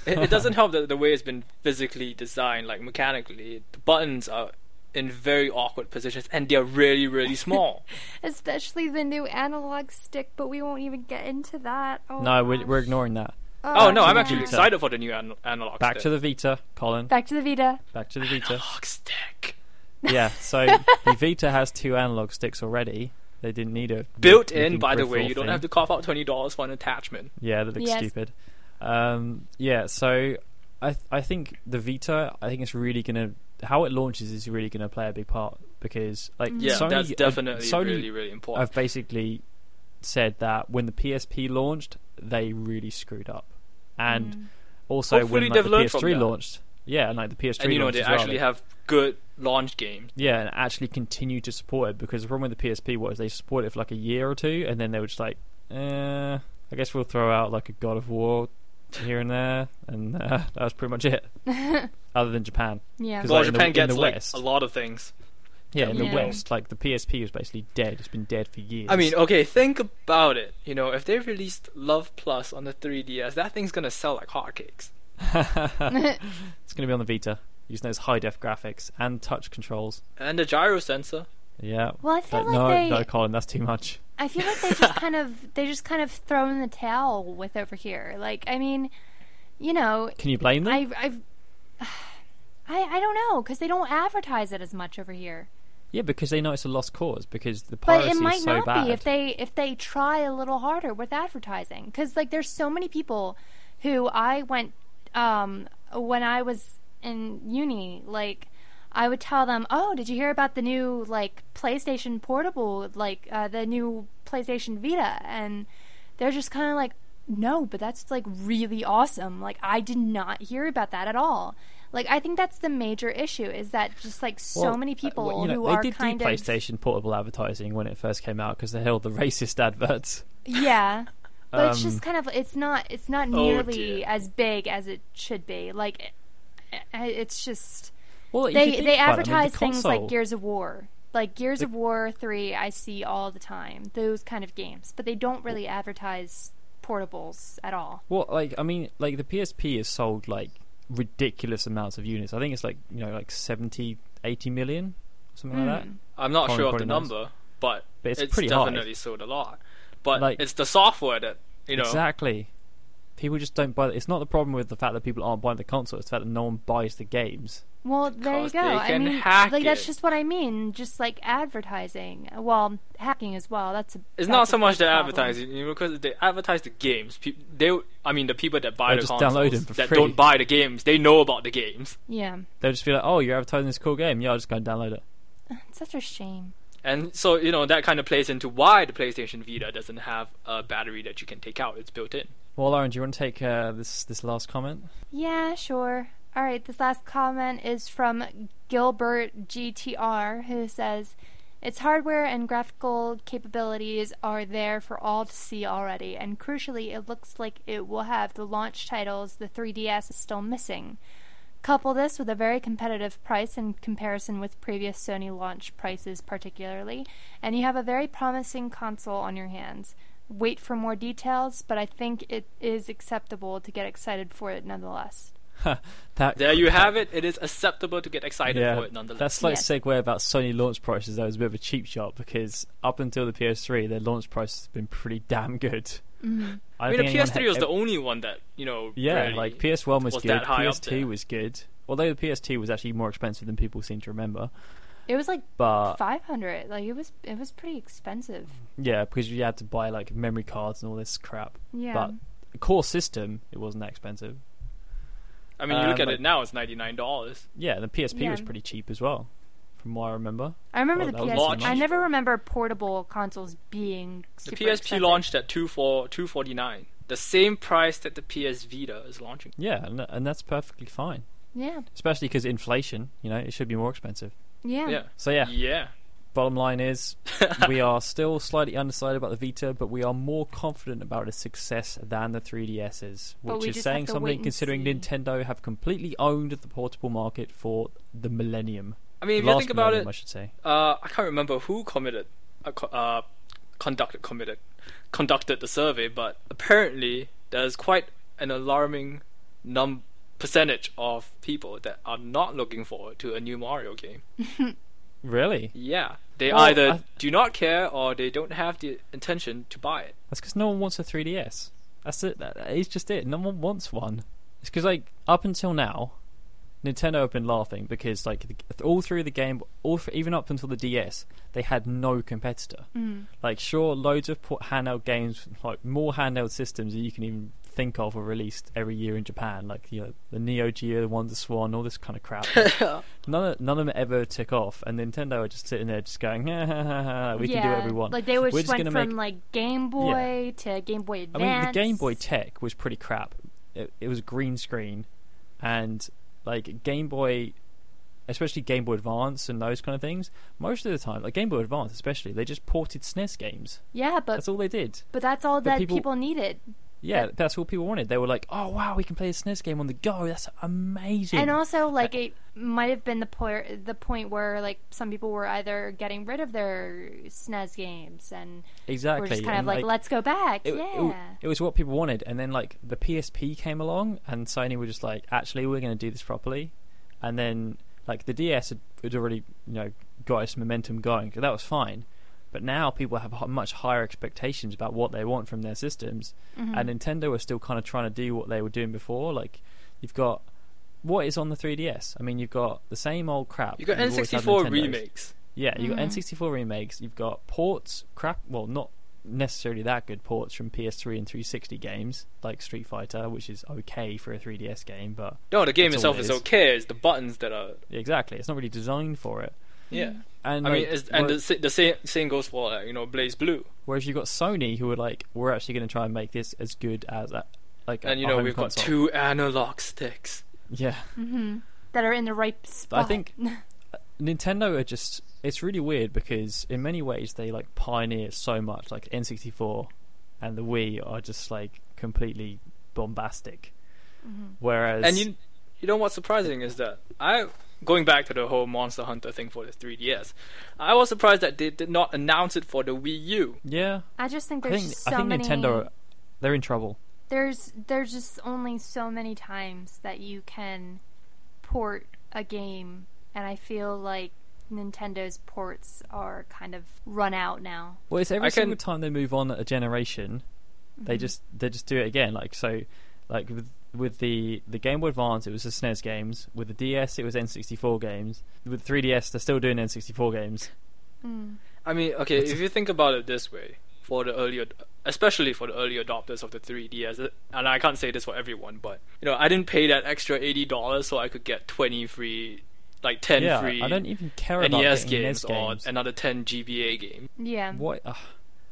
It, it doesn't help that the way it's been physically designed, like mechanically, the buttons are in very awkward positions and they're really, really small. Especially the new analog stick, but we won't even get into that. Oh, No, we're, gosh. we're ignoring that. oh no, I'm yeah. actually Vita. excited for the new an- analog Back to stick. the Vita, Colin. Back to the Vita. Back to the Vita. analog stick. Yeah. So the Vita has two analog sticks already. They didn't need a Built looking in, by the way, peripheral you don't thing. have to cough out twenty dollars for an attachment. Yeah, that looks Yes. stupid. Um, yeah, so I th- I think the Vita, I think it's really gonna how it launches is really gonna play a big part because like Yeah, Sony, that's definitely Sony really, really important. have basically said that when the PSP launched, they really screwed up, Mm. and also Hopefully when like, they've the learned from PS3 that. launched, yeah, and like the PS3 and you know launched they as well, actually have good launch games. yeah, and actually continue to support it because the problem with the PSP was they supported it for like a year or two, and then they were just like, eh, I guess we'll throw out like a God of War here and there, and uh, that was pretty much it. other than Japan. Yeah. 'Cause, Well, like, in the- Japan in the gets like West. a lot of things. Yeah, in Yeah. the West, like the PSP was basically dead. It's been dead for years. I mean, okay, think about it. You know, if they released Love Plus on the 3DS, that thing's gonna sell like hotcakes. it's going to be on the Vita using those high def graphics and touch controls. And the gyro sensor. Yeah. Well, I feel But like no, they- no, Colin, that's too much. I feel like they just kind of they just kind of throw in the towel with over here. Like, I mean, you know, Can you blame them? I I've, I I don't know because they don't advertise it as much over here. Yeah, because they know it's a lost cause because the But piracy it might is so not bad. be if they if they try a little harder with advertising because like there's so many people who I went um, when I was in uni like I would tell them oh did you hear about the new like PlayStation Portable like uh, the new PlayStation Vita and they're just kind of like no but that's like really awesome like I did not hear about that at all. Like I think that's the major issue is that just like so Well, many uh, people well, you know, who they are did kind do of PlayStation Portable advertising when it first came out because they held the racist adverts. Yeah. But it's just Um, kind of it's not it's not Oh, nearly dear. as big as it should be. Like it- it's just Well, if you they think about it, they I mean, the advertise things like console- Gears of War. Like Gears of War 3 I see all the time. Those kind of games, but they don't really advertise portables at all. Well, like I mean, like the PSP has sold like ridiculous amounts of units. I think it's like you know like 70, 80 million, something like that. Mm. I'm not Colin sure of probably the knows. number, but, But it's it's, pretty high. definitely sold a lot. But Like- it's the software that you know. Exactly. People just don't buy. It's not the problem with the fact that people aren't buying the console. It's the fact that no one buys the games. Well, there you Because go. they I can mean, hack like that's it. just what I mean. Just like advertising, well, hacking as well. That's a, It's that's not a so much big the problem. advertising, you know, because they advertise the games. Peop they, I mean, the people that buy They the just consoles download them for that free. don't buy the games, they know about the games, Yeah, They'll just be like, "Oh, you're advertising this cool game. Yeah, I'll just go and download it." it's such a shame. and so you know that kind of plays into why the PlayStation Vita doesn't have a battery that you can take out; it's built in. Well, Lauren, do you want to take uh, this this last comment? Yeah, sure. All right, this last comment is from Gilbert GTR, who says, Its hardware and graphical capabilities are there for all to see already, and crucially, it looks like it will have the launch titles the 3DS is still missing. Couple this with a very competitive price in comparison with previous Sony launch prices, particularly, and you have a very promising console on your hands. Wait for more details, but I think it is acceptable to get excited for it nonetheless. That There you have it. It is acceptable to get excited yeah, for it, nonetheless. that slight Yes. segue about Sony launch prices though is a bit of a cheap shot because up until the PS3, their launch price has been pretty damn good. Mm-hmm. I, I don't think mean, the anyone PS3 had was the ev- only one that you know. Yeah, really- like PS1 was, was good, that high up PS2 there. was good. Although the PS2 was actually more expensive than people seem to remember. It was like But five hundred. Like it was, it was pretty expensive. yeah, because you had to buy like memory cards and all this crap. Yeah. But the core system, it wasn't that expensive. I mean, you look um, at like- it now; it's ninety nine dollars. Yeah, the PSP was Yeah. pretty cheap as well, from what I remember. I remember well, the that was PS. launched. I never remember portable consoles being. The Super PSP expensive. launched at two four two forty nine, the same price that the PS Vita is launching. Yeah, and, and that's perfectly fine, Yeah, especially because inflation. You know, it should be more expensive. yeah. Yeah. So yeah, Yeah. bottom line is we are still slightly undecided about the Vita, but we are more confident about its success than the 3DS's, But which we is just have saying to wait something and considering see. Nintendo have completely owned the portable market for the millennium. I mean, if Last you think about millennium, it, I should say. uh, I can't remember who committed, uh, co- uh, conducted, committed, conducted the survey, but apparently there's quite an alarming num percentage of people that are not looking forward to a new Mario game. Really? Yeah, they Well, either I- do not care or they don't have the intention to buy it. That's because no one wants a 3DS. That's it. That that is just it. No one wants one. It's because like up until now, Nintendo have been laughing because like the, all through the game, all th- even up until the DS, they had no competitor. Mm. Like sure, loads of port handheld games, like more handheld systems that you can even think of are released every year in Japan. Like you know, the Neo Geo, the Wonder Swan, all this kind of crap. none of, none of them ever took off, and Nintendo are just sitting there just going, "Ha, ha, ha, ha, Uh, we can do Yeah. what we want. Like they were We're just just went gonna from make- like Game Boy to Game Boy I Advance. mean, the Game Boy tech was pretty crap. It, it was green screen, and like Game Boy, especially Game Boy Advance and those kind of things. Most of the time, like Game Boy Advance, especially, they just ported SNES games. yeah, but That's all they did. but that's all the that people- people needed. Yeah, that's what people wanted. They were like, "Oh wow, we can play a SNES game on the go. That's amazing." And also, like it might have been the point the point where like some people were either getting rid of their SNES games and exactly, were just kind and, of like, let's go back, it, yeah. it, it was what people wanted, and then like the PSP came along, and Sony were just like, "Actually, we're going to do this properly," and then like the DS had, had already you know got its momentum going, so that was fine. But now people have h- much higher expectations about what they want from their systems, Mm-hmm. and Nintendo was still kind of trying to do what they were doing before. Like, you've got what is on the 3DS. I mean, you've got the same old crap. You got that you've always had N64 Nintendos. remakes. Yeah, you've Mhm. got N64 remakes. You've got ports, crap. Well, not necessarily that good ports from PS3 and 360 games, like Street Fighter, which is okay for a 3DS game, but No, the game That's all itself it is is. okay. It's the buttons that are exactly, it's not really designed for it. yeah. And I mean, like, it's, and where- the, sa- the same same goes for like, you know Blaze Blue, whereas you've got Sony, who were like, we're actually going to try and make this as good as that. Like and you a know home we've got console. two analog sticks. Yeah, hmm That are in the right spot. think- Nintendo are just it's really weird because in many ways they like pioneer so much like N64 and the Wii are just like completely bombastic Mm-hmm. whereas And you you know what's surprising is that I going back to the whole Monster Hunter thing for the 3DS, I was surprised that they did not announce it for the Wii U. yeah I just think I there's think just so I think many. Nintendo are- they're in trouble There's there's just only so many times that you can port a game, and I feel like Nintendo's ports are kind of run out now. well it's every I single can- time they move on a generation Mm-hmm. they just they just do it again like so like with with the the Game Boy Advance it was the SNES games with the DS it was N64 games with 3DS they're still doing N64 games Mm. I mean, okay, That's- if you think about it this way, for the early, ad- especially for the early adopters of the 3DS, uh, and I can't say this for everyone, but you know, I didn't pay that extra eighty dollars so I could get twenty free, like ten yeah free I don't even care about NES getting NES games or games. another ten GBA game. Yeah. What? Ugh.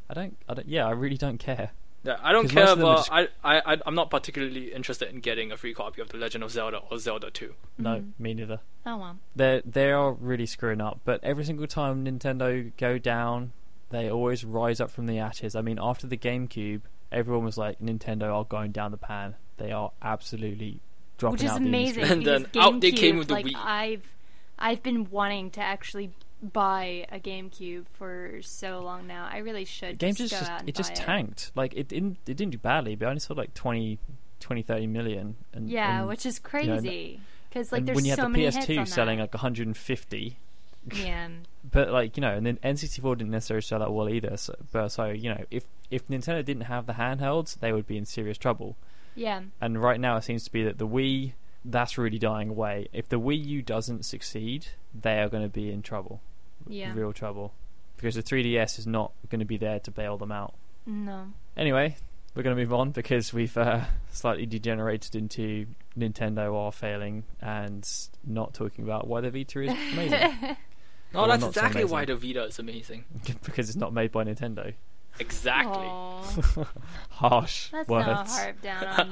I don't. I don't. Yeah, I really don't care. Yeah, I don't 'Cause most care of them are about. just- I, I, I- I'm not particularly interested in getting a free copy of The Legend of Zelda or Zelda 2. No, me neither. Oh well. They they are really screwing up. But every single time Nintendo go down, they always rise up from the ashes. I mean, after the GameCube, everyone was like, "Nintendo are going down the pan. They are absolutely dropping which is out." the amazing. industry." And then because out they came GameCube, with the like, Wii. I've I've been wanting to actually buy a GameCube for so long now. I really The should. game just just, go just out and it just buy tanked. Like it didn't it didn't do badly, but I only sold like 20, 20 30 million. And, Yeah, and, which is you know, and- crazy because like and there's when you had so the many PS2 hits on selling that. like one hundred and fifty, yeah. but like you know, and then N64 didn't necessarily sell that well either. So, but so you know, if if Nintendo didn't have the handhelds, they would be in serious trouble. Yeah. And right now, it seems to be that the Wii that's really dying away. If the Wii U doesn't succeed, they are going to be in trouble, Yeah. real trouble, because the 3DS is not going to be there to bail them out. No. Anyway, we're going to move on because we've uh, slightly degenerated into Nintendo are failing and not talking about why the Vita is amazing No, Well, that's not so exactly why the amazing. Vita is amazing. because it's not made by Nintendo. Exactly. Aw, Harsh Let's words. not harp down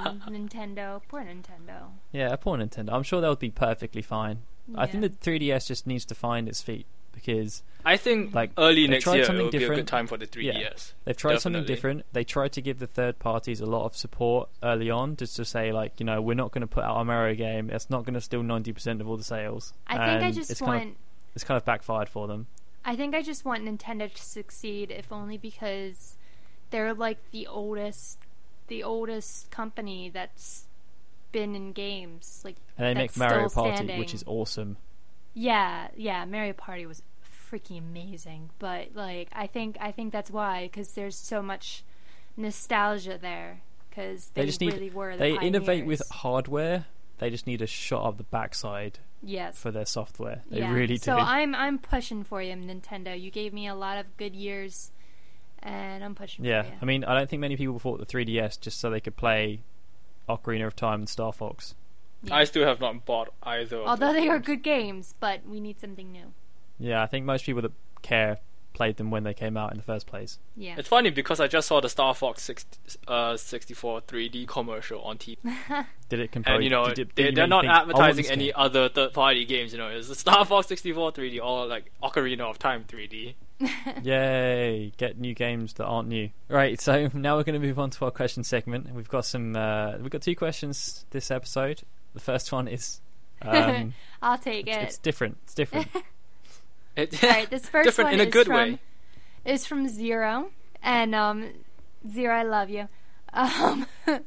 on Nintendo. Poor Nintendo. Yeah, poor Nintendo. I'm sure they'll be perfectly fine. I think Yeah. the 3DS just needs to find its feet because I think Like, like early they next tried year it something will be a good different. time for the 3DS. they've tried something Definitely. different. They tried to give the third parties a lot of support early on, just to say like, you know, we're not going to put out a Mario game. It's not going to steal 90% of all the sales. I think I And just it's want. Kind of, it's kind of backfired for them. I think I just want Nintendo to succeed, if only because they're like the oldest, the oldest company that's been in games. Like, And they make that's Mario still Party, standing. which is awesome. yeah, yeah. Mario Party was freaking amazing, but like, I think I think that's why because there's so much nostalgia there because They, they, just need really were. The they innovate with pioneers. hardware. They just need a shot up the backside yes. for their software. They yeah. really do. So I'm I'm pushing for you, Nintendo. You gave me a lot of good years, and I'm pushing. Yeah, for you. I mean, I don't think many people bought the 3DS just so they could play Ocarina of Time and Star Fox. Yeah. I still have not bought either. of Although those they are games. good games, but we need something new. Yeah, I think most people that care played them when they came out in the first place. Yeah. It's funny because I just saw the Star Fox 60, uh, 64 3D commercial on TV. Did it compare? And you know, Oh, did it- did they, you they're make not you think, "Oh, "I want advertising this any game?" other third party games, you know. It's the Star Fox 64 3D or like Ocarina of Time 3D. Yay! Get new games that aren't new. Right, so now we're going to move on to our question segment. We've got some. Uh, we've got two questions this episode. The first one is. Um, I'll take it's, it. it's different. It's different. It, All right, this first different one in a is good from, way. Is from Zero, and um, Zero, I love you. Um,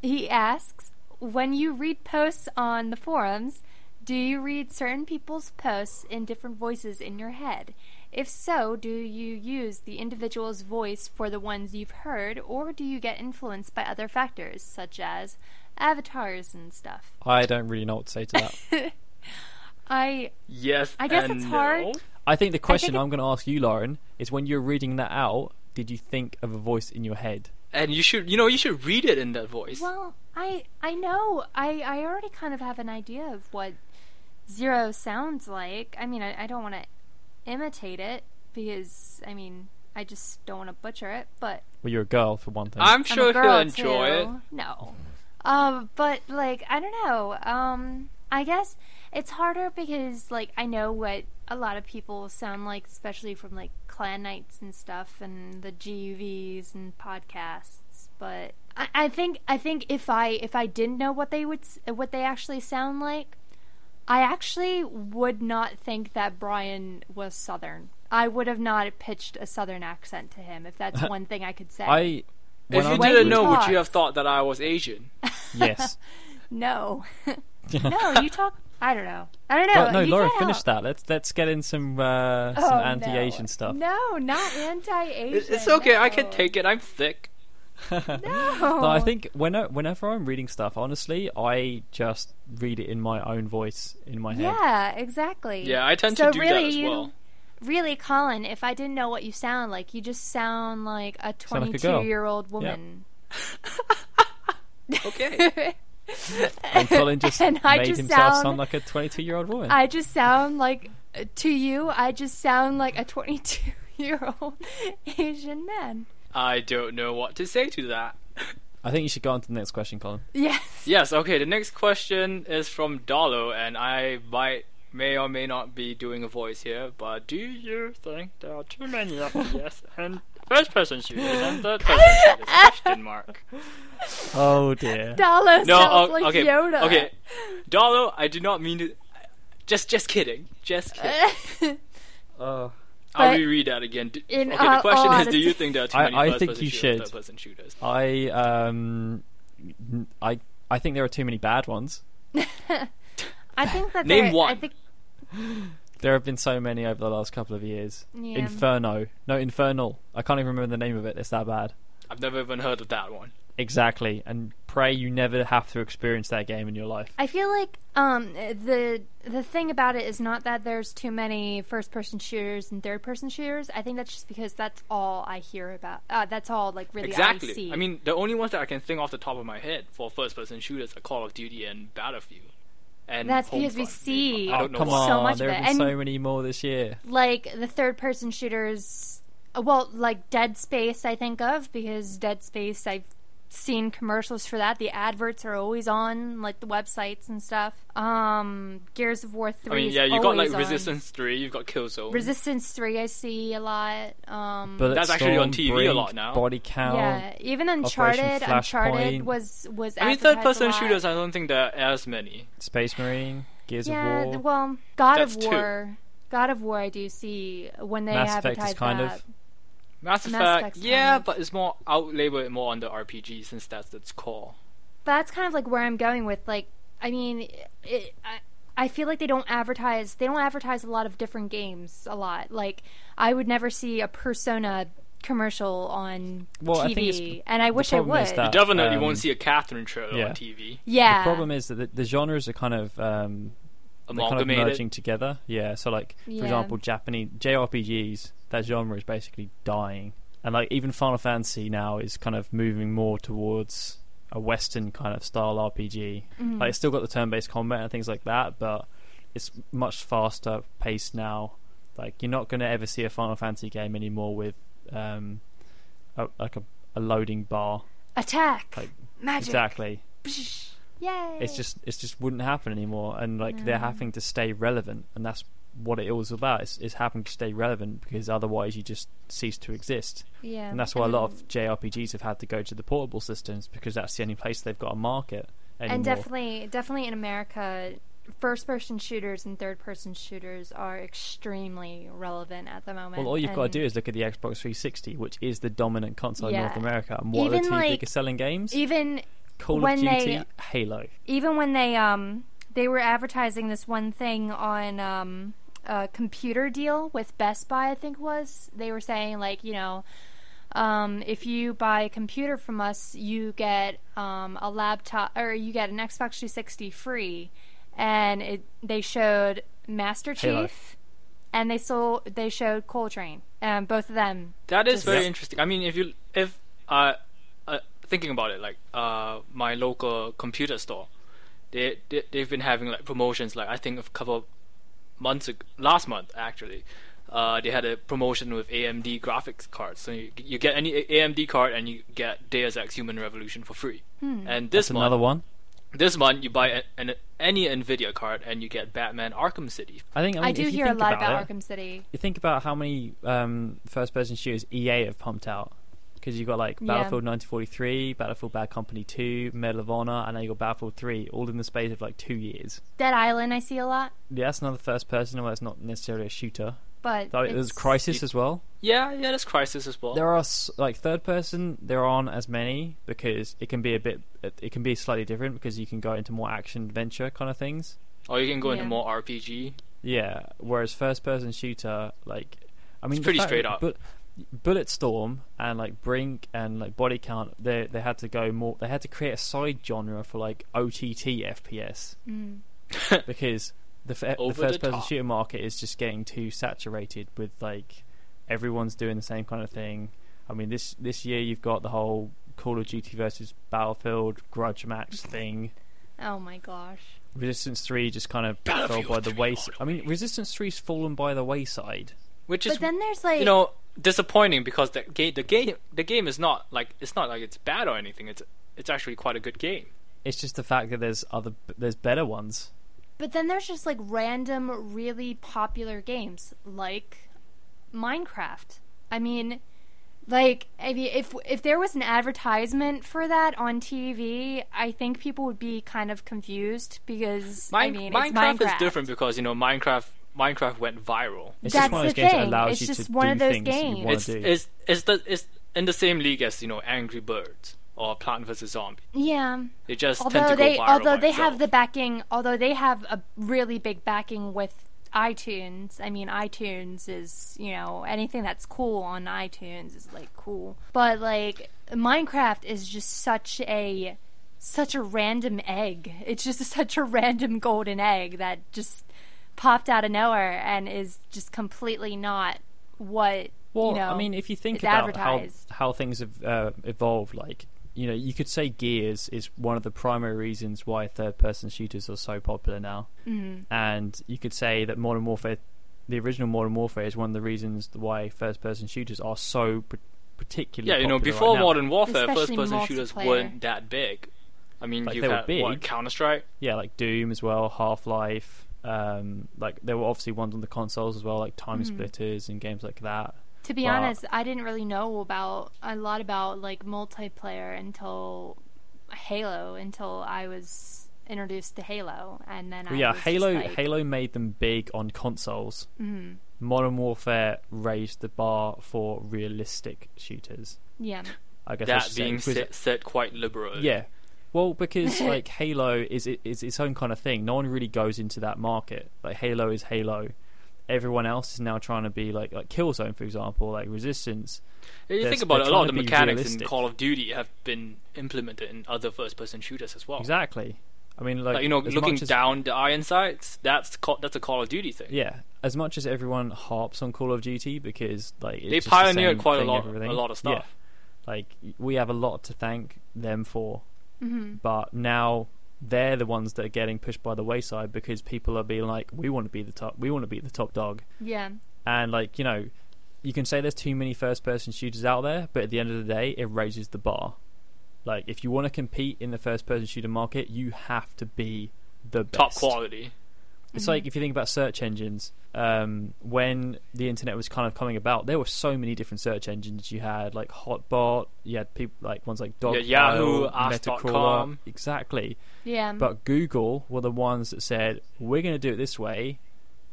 he asks, when you read posts on the forums, do you read certain people's posts in different voices in your head? If so, do you use the individual's voice for the ones you've heard, or do you get influenced by other factors such as avatars and stuff? I don't really know what to say to that. I Yes. I guess and it's hard. no. I think the question it- I'm going to ask you, Lauren, is when you're reading that out, did you think of a voice in your head? And you should, you know, you should read it in that voice. Well, I I know I I already kind of have an idea of what zero sounds like. I mean, I, I don't want to imitate it because I mean I just don't want to butcher it. But Well, you're a girl for one thing. I'm I'm sure a he'll girl enjoy it. too. No, um, but like I don't know. Um, I guess it's harder because like I know what a lot of people sound like, especially from like clan nights and stuff, and the GUVs and podcasts. But I, I think I think if I if I didn't know what they would s- what they actually sound like, I actually would not think that Brian was Southern. I would have not pitched a Southern accent to him if that's one thing I could say. I. When if I you was when didn't he know, would talks. you have thought that I was Asian? yes. No. no, you talk. I don't know. I don't know. But no, you Lauren, can't finish help- that. Let's let's get in some uh, Oh, some no. anti-Asian stuff. No, not It- anti-Asian. It's okay. I no. can take it. I'm thick. No. No, I think when I- whenever I'm reading stuff, honestly, I just read it in my own voice in my head. Yeah, exactly. Yeah, I tend So to do really that as you- well. Really, Colin, if I didn't know what you sound like, you just sound like Sound like a a girl. twenty-two-year-old woman. Okay. And Colin just And I made just himself sound, sound- like a 22-year-old woman. I just sound like uh, to you. I just sound like a twenty-two-year-old Asian man. I don't know what to say to that. I think you should go on to the next question, Colin. Yes. Yes, okay, the next question is from Dalo, and I might may or may not be doing a voice here, but do you think there are too many FPS and first person shooters and third person shooters? Question mark. Oh dear. Dallas No, sounds o- like okay. Yoda. Okay. Dalo, I do not mean to just just kidding. Just kidding. Oh. I'll but- reread that again. D- In okay, all- the question all is do you honesty- think there are too I- many I first think person you shooters and should. third person shooters? I um n- I I think there are too many bad ones. I think that Name there- I one. think There have been so many over the last couple of years. Yeah. Inferno. No, Infernal. I can't even remember the name of it. It's that bad. I've never even heard of that one. Exactly. And pray you never have to experience that game in your life. I feel like um, the the thing about it is not that there's too many first person shooters and third person shooters. I think that's just because that's all I hear about. Uh, that's all like really I Exactly. see. I mean, the only ones that I can think off the top of my head for first-person shooters are Call of Duty and Battlefield. And That's because we Homefront, see- maybe. I Oh, don't know come why. on. So much of there have it. been And- so many more this year. like the third person shooters. uh, Well, like Dead Space, I think of because Dead Space, I've seen commercials for that. The adverts are always on, like the websites and stuff. Um, Gears of War I three. mean, is yeah, you got like always on. Resistance Three, you've got Killzone. Resistance three, I see a lot. Um, But That's actually on TV a lot now. Body count. Yeah, even Operation Uncharted, Flashpoint. Uncharted was was. I mean, advertised a third-person lot. shooters. I don't think there are as many. Space Marine. Gears Yeah, of War. th- well, God of That's two. War, God of War. I do see when they Mass Effect advertise is kind of- that. Mass Effect, Mass Effect's yeah, kind of- but it's more out label it more under RPG since that's its core. But that's kind of like where I'm going with. Like, I mean, it, I I feel like they don't advertise. They don't advertise a lot of different games a lot. Like, I would never see a Persona commercial on Well, I think TV, it's- and I the wish I problem would. is that- Definitely Um, won't see a Catherine trailer yeah. on TV. yeah, The problem is that the, the genres are kind of um, they're kind of Amalgamated. merging together. Yeah. So like for Yeah. example, Japanese JRPGs, that genre is basically dying, and like even Final Fantasy now is kind of moving more towards a Western kind of style RPG. Mm-hmm. Like it's still got the turn-based combat and things like that, but it's much faster paced now. Like you're not going to ever see a Final Fantasy game anymore with um, a, like a, a loading bar. attack, Like, magic, Exactly. Yay! it's just it's just wouldn't happen anymore and like No. they're having to stay relevant and that's what it was about. It's, it's having to stay relevant because otherwise you just cease to exist. Yeah. And that's why a lot um, of JRPGs have had to go to the portable systems because that's the only place they've got a market anymore. And definitely, definitely in America, first-person shooters and third-person shooters are extremely relevant at the moment. well, all you've got to and- do is look at the Xbox 360, which is the dominant console in Yeah. North America. And what are the Even, two like, biggest selling games? even Call of when Duty, they- Halo. even when they um they were advertising this one thing on um a computer deal with Best Buy I think it was they were saying like you know um, if you buy a computer from us you get um, a laptop or you get an Xbox 360 free and it they showed Master Chief Halo. and they sold they showed Coltrane um, both of them That is Just- very Yeah. interesting. I mean, if you if uh, uh thinking about it, like uh my local computer store, they, they they've been having like promotions. Like I think a couple months ag- last month actually, uh they had a promotion with AMD graphics cards. So you you get any AMD card and you get Deus Ex Human Revolution for free. Hmm. And this That's month, another one. this month you buy a, an any Nvidia card and you get Batman Arkham City. I think I, I, mean, do if you hear a think lot about about, it, Arkham City you think about how many um, first person shooters EA have pumped out because you've got like Yeah. Battlefield 1943, Battlefield Bad Company 2, Medal of Honor, and then you got Battlefield 3, all in the space of like two years. Dead Island I see a lot Yeah, that's another first person, although it's not necessarily a shooter. but Though it was it's- Crisis It- as well. Yeah, yeah, that's Crisis as well. There are s- like third person, there aren't as many because it can be a bit, it can be slightly different because you can go into more action adventure kind of things. or you can go into Yeah. more RPG. Yeah, whereas first person shooter, like, I mean, the pretty fact straight that up. Bu- Bulletstorm and like Brink and like Body Count, they they had to go more. They had to create a side genre for like OTT FPS Mm. because the, f- the Over the first person top. shooter market is just getting too saturated with like everyone's doing the same kind of thing. I mean, this this year you've got the whole Call of Duty versus Battlefield grudge match thing. oh my gosh Resistance Three just kind of fell by Battlefield the 3 wayside. I mean, Resistance Three's fallen by the wayside. which is but then there's like you know disappointing because the game the game the game is not like it's not like it's bad or anything. It's it's actually quite a good game. It's just the fact that there's other there's better ones. But then there's just like random, really popular games like Minecraft. I mean, like I mean, if if there was an advertisement for that on TV, I think people would be kind of confused because I Mine- mean, Minecraft, it's Minecraft is different because you know Minecraft Minecraft went viral. It's That's just one of those the games that thing. allows It's you just to one do of those things that you games. want It's, to do. it's it's the it's in the same league as you know Angry Birds or Plant vs Zombie. Yeah. They just tend Although to they go viral although by they have itself. the backing, although they have a really big backing with iTunes. I mean, iTunes is, you know, anything that's cool on iTunes is like cool. But like Minecraft is just such a such a random egg. It's just such a random golden egg that just popped out of nowhere and is just completely not what well, you know. I mean, if you think it's about how, advertised. how things have uh, evolved, like you know, you could say Gears is one of the primary reasons why third-person shooters are so popular now, mm Mm-hmm. and you could say that Modern Warfare, the original Modern Warfare, is one of the reasons why first-person shooters are so pr- particularly. yeah you know popular before right now. Modern Warfare, Especially first-person shooters multiplayer. weren't that big. I mean, Like, you they were had what big. Counter Strike. yeah, like Doom as well, Half Life. Um, like there were obviously ones on the consoles as well, like Time Mm-hmm. Splitters and games like that. To be But- honest, I didn't really know about a lot about like multiplayer until Halo until I was introduced to Halo and then But I yeah, was just Halo. like- Mm-hmm. Halo made them big on consoles. Modern Warfare raised the bar for realistic shooters. Yeah. I guess I That should say, being because- said, said quite liberally. yeah. Well, because like Halo is is its own kind of thing. No one really goes into that market. Like Halo is Halo. Everyone else is now trying to be like like Killzone, for example, like Resistance. Yeah, you They're- think about they're it, a lot trying of the to be mechanics realistic. in Call of Duty have been implemented in other first-person shooters as well. Exactly. I mean, like, Oh. Like, you know, as looking much as- down the iron sights, that's ca- that's a Call of Duty thing. Yeah, as much as everyone harps on Call of Duty because like it's They just the same pioneered quite a thing, lot- everything. a lot of stuff. Yeah. Like we have a lot to thank them for, Mm-hmm. but now they're the ones that are getting pushed by the wayside because people are being like, we want to be the top, we want to be the top dog, Yeah. and like you know, you can say there's too many first-person shooters out there, but at the end of the day, it raises the bar. Like if you want to compete in the first-person shooter market, you have to be the best. Top quality. It's Mm-hmm. like if you think about search engines, um, when the internet was kind of coming about, there were so many different search engines. You had like Hotbot, you had people like ones like Dogpile, Yeah, Yahoo, Metacrawler, Ask.com. exactly. Yeah. But Google were the ones that said, "We're going to do it this way,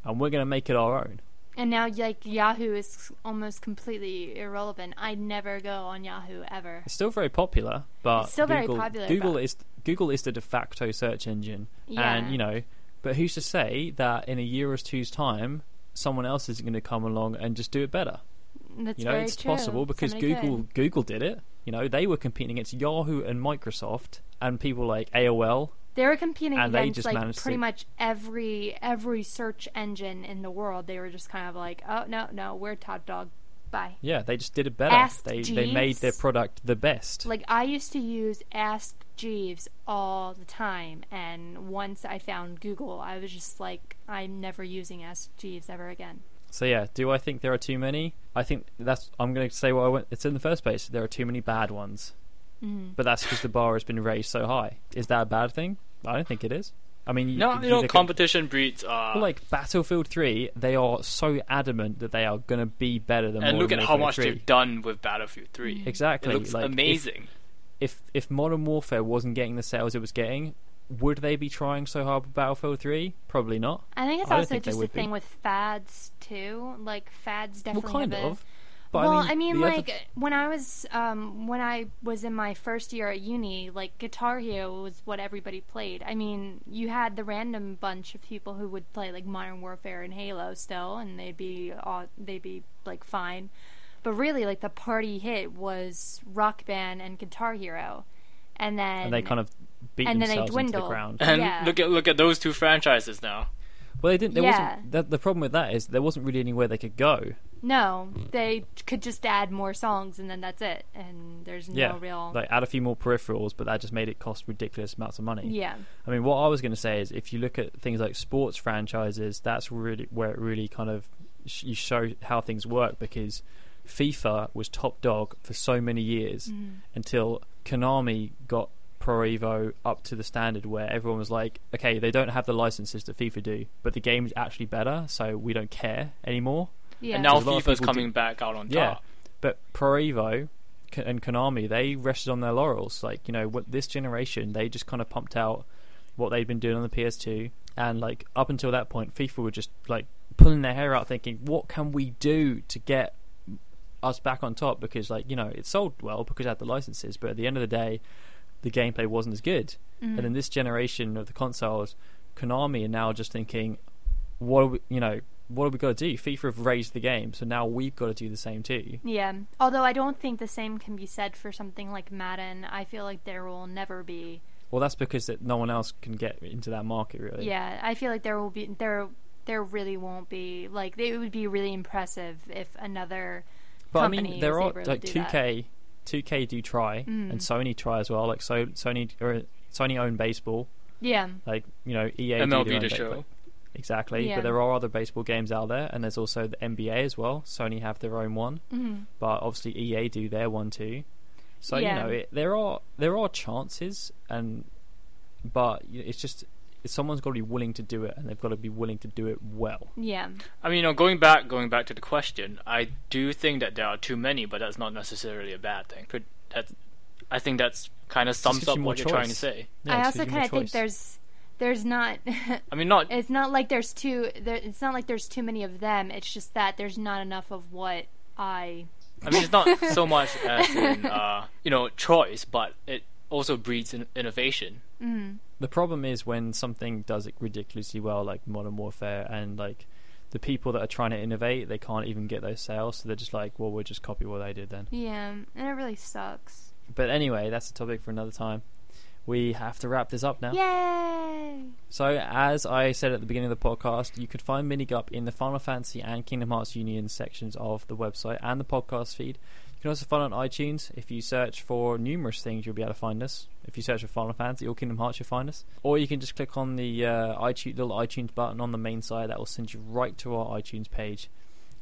and we're going to make it our own." and now like Yahoo is almost completely irrelevant. I never go on Yahoo ever. It's still very popular, but It's still very Google, popular, Google but- is Google is the de facto search engine, Yeah. and you know, but who's to say that in a year or two's time, someone else isn't going to come along and just do it better? That's you know, very it's true. possible because Somebody could. Google Google did it. You know, they were competing against Yahoo and Microsoft, and people like AOL. They were competing And they against just like managed pretty to- much every every search engine in the world. They were just kind of like, oh no, no, we're top dog. Bye. Yeah, they just did it better. Ask they they made Jeeves. their product the best. Like I used to use Ask Jeeves all the time, and once I found Google, I was just like, I'm never using Ask Jeeves ever again. So yeah, do I think there are too many? I think that's I'm going to say what I went. It's in the first place. There are too many bad ones, Mm-hmm. but that's because the bar has been raised so high. Is that a bad thing? I don't think it is. I mean, you, No, you know, look at- competition breeds. Uh, well, like Battlefield Three, they are so adamant that they are going to be better than. and look at Modern how Warfare much 3. they've done with Battlefield 3. Mm. It Exactly, looks like, if- amazing. if if Modern Warfare wasn't getting the sales it was getting, would they be trying so hard with Battlefield Three? Probably not. I think it's I don't also think they just a would be. thing with fads too. Like fads Well, definitely. kind have a- of. But well, I mean, the other- like when I was um, when I was in my first year at uni, like Guitar Hero was what everybody played. I mean, you had the random bunch of people who would play like Modern Warfare and Halo still, and they'd be all, they'd be like fine. But really, like the party hit was Rock Band and Guitar Hero, and then and they kind of beat and then they themselves into the dwindle. ground. And yeah. look at look at those two franchises now. Well, they didn't. There Yeah. wasn't. The, the problem with that is there wasn't really anywhere they could go. no, they could just add more songs, and then that's it. And there's no Yeah, real like add a few more peripherals, but that just made it cost ridiculous amounts of money. yeah. I mean, what I was going to say is, if you look at things like sports franchises, that's really where it really kind of sh- you show how things work because FIFA was top dog for so many Mm-hmm. years until Konami got Pro Evo up to the standard where everyone was like, okay, they don't have the licenses that FIFA do, but the game's actually better, so we don't care anymore. Yeah. And now There's a lot of FIFA's people coming do- back out on Yeah, top. but Pro Evo K- and Konami, they rested on their laurels. Like you know, what this generation, they just kind of pumped out what they'd been doing on the PS2, and like up until that point, FIFA were just like pulling their hair out, thinking, what can we do to get us back on top? Because like you know, it sold well because it had the licenses, but at the end of the day, the gameplay wasn't as good. And in this generation of the consoles, Konami are now just thinking, what are we, you know, what have we got to do? FIFA have raised the game, so now we've got to do the same too. Yeah. Although I don't think the same can be said for something like Madden. I feel like there will never be. Well, that's because that no one else can get into that market really. Yeah, I feel like there will be there there really won't be like it would be really impressive if another but I company mean, there was are able to like do Mm. two K, two K do try, and Sony try as well. Like so, Sony or Sony own baseball. that. Yeah. Like you know, EA do their MLB own the baseball. show. Exactly, Yeah. but there are other baseball games out there, and there's also the NBA as well. Sony have their own one, mm-hmm, but obviously EA do their one too. So Yeah. you know, it, there are there are chances, and but y- it's just someone's got to be willing to do it, and they've got to be willing to do it well. Yeah. I mean, you know, going back, going back to the question, I do think that there are too many, but that's not necessarily a bad thing. Could that's, I think that's kind of gives sums you up more what you're trying to choice. say. Yeah, I it just also gives you more kind of think choice. there's there's not I mean, not it's not like there's too there, it's not like there's too many of them. It's just that there's not enough of what I I mean, it's not so much as in, uh, you know choice, but it also breeds in- innovation. mm, the problem is when something does it ridiculously well, like Modern Warfare, and like the people that are trying to innovate, they can't even get those sales, so they're just like, well, we'll just copy what they did then. yeah, and it really sucks. But anyway, that's a topic for another time. We have to wrap this up now. Yay! So, as I said at the beginning of the podcast, you could find Minigup in the Final Fantasy and Kingdom Hearts Union sections of the website and the podcast feed. You can also find it on iTunes. If you search for numerous things, you'll be able to find us. If you search for Final Fantasy or Kingdom Hearts, you'll find us. Or you can just click on the uh, iTunes, little iTunes button on the main side. That will send you right to our iTunes page.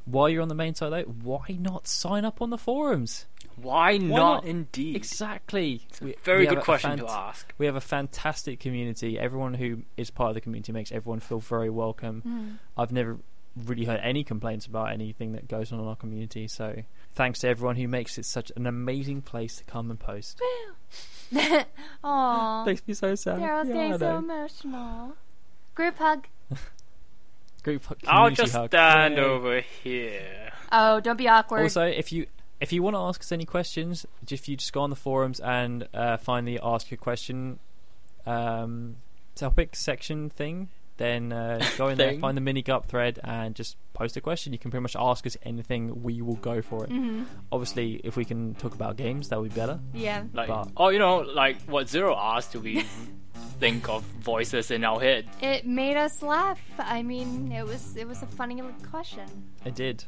While you're on the main site, though, why not sign up on the forums? Why, not? not, Indeed? Exactly. It's a We- very we have good a question fant- to ask. We have a fantastic community. Everyone who is part of the community makes everyone feel very welcome. Mm. I've never really heard any complaints about anything that goes on in our community. So thanks to everyone who makes it such an amazing place to come and post. Aw. Makes me so sad. Daryl's Yeah, I getting so know. emotional. Group hug. Group hu- community I'll just hug. stand Yay. over here. Oh, don't be awkward. Also, if you if you want to ask us any questions, j- if you just go on the forums and uh, find the ask a question um, topic section thing, then uh, go in there, Thing. find the mini gup thread, and just post a question. You can pretty much ask us anything. We will go for it. Mhm. Obviously, if we can talk about games, that would be better. Yeah. Like, But- oh, you know, like what Zero asked, do we think of voices in our head? It made us laugh. I mean, it was it was a funny question. It did.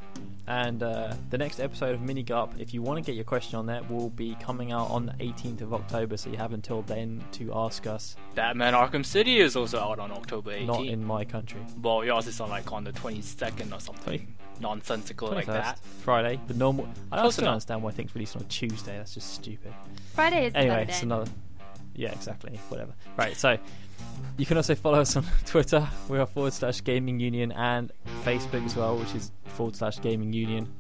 And uh, the next episode of Mini Gup, if you want to get your question on that, will be coming out on the 18th of October. So you have until then to ask us. Batman Arkham City is also out on October 18th. Not in my country. Well, yours is on like on the 22nd or something. Nonsensical like 21st, that. Friday. The normal. I Close also don't enough. understand why things release on a Tuesday. That's just stupid. Friday is anyway, another day. it's another. Yeah, exactly. Whatever. Right. So you can also follow us on Twitter. We are forward slash Gaming Union and Facebook as well, which is forward slash Gaming Union.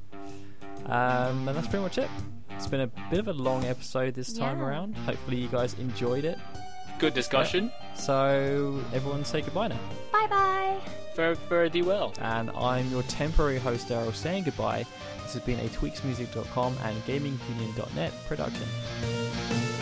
Um, and that's pretty much it. It's been a bit of a long episode this time Yeah. around. Hopefully, you guys enjoyed it. Good discussion. So everyone say goodbye now. Bye bye. Very, very de well. And I'm your temporary host, Daryl, saying goodbye. This has been a tweaksmusic.com and gamingunion.net production.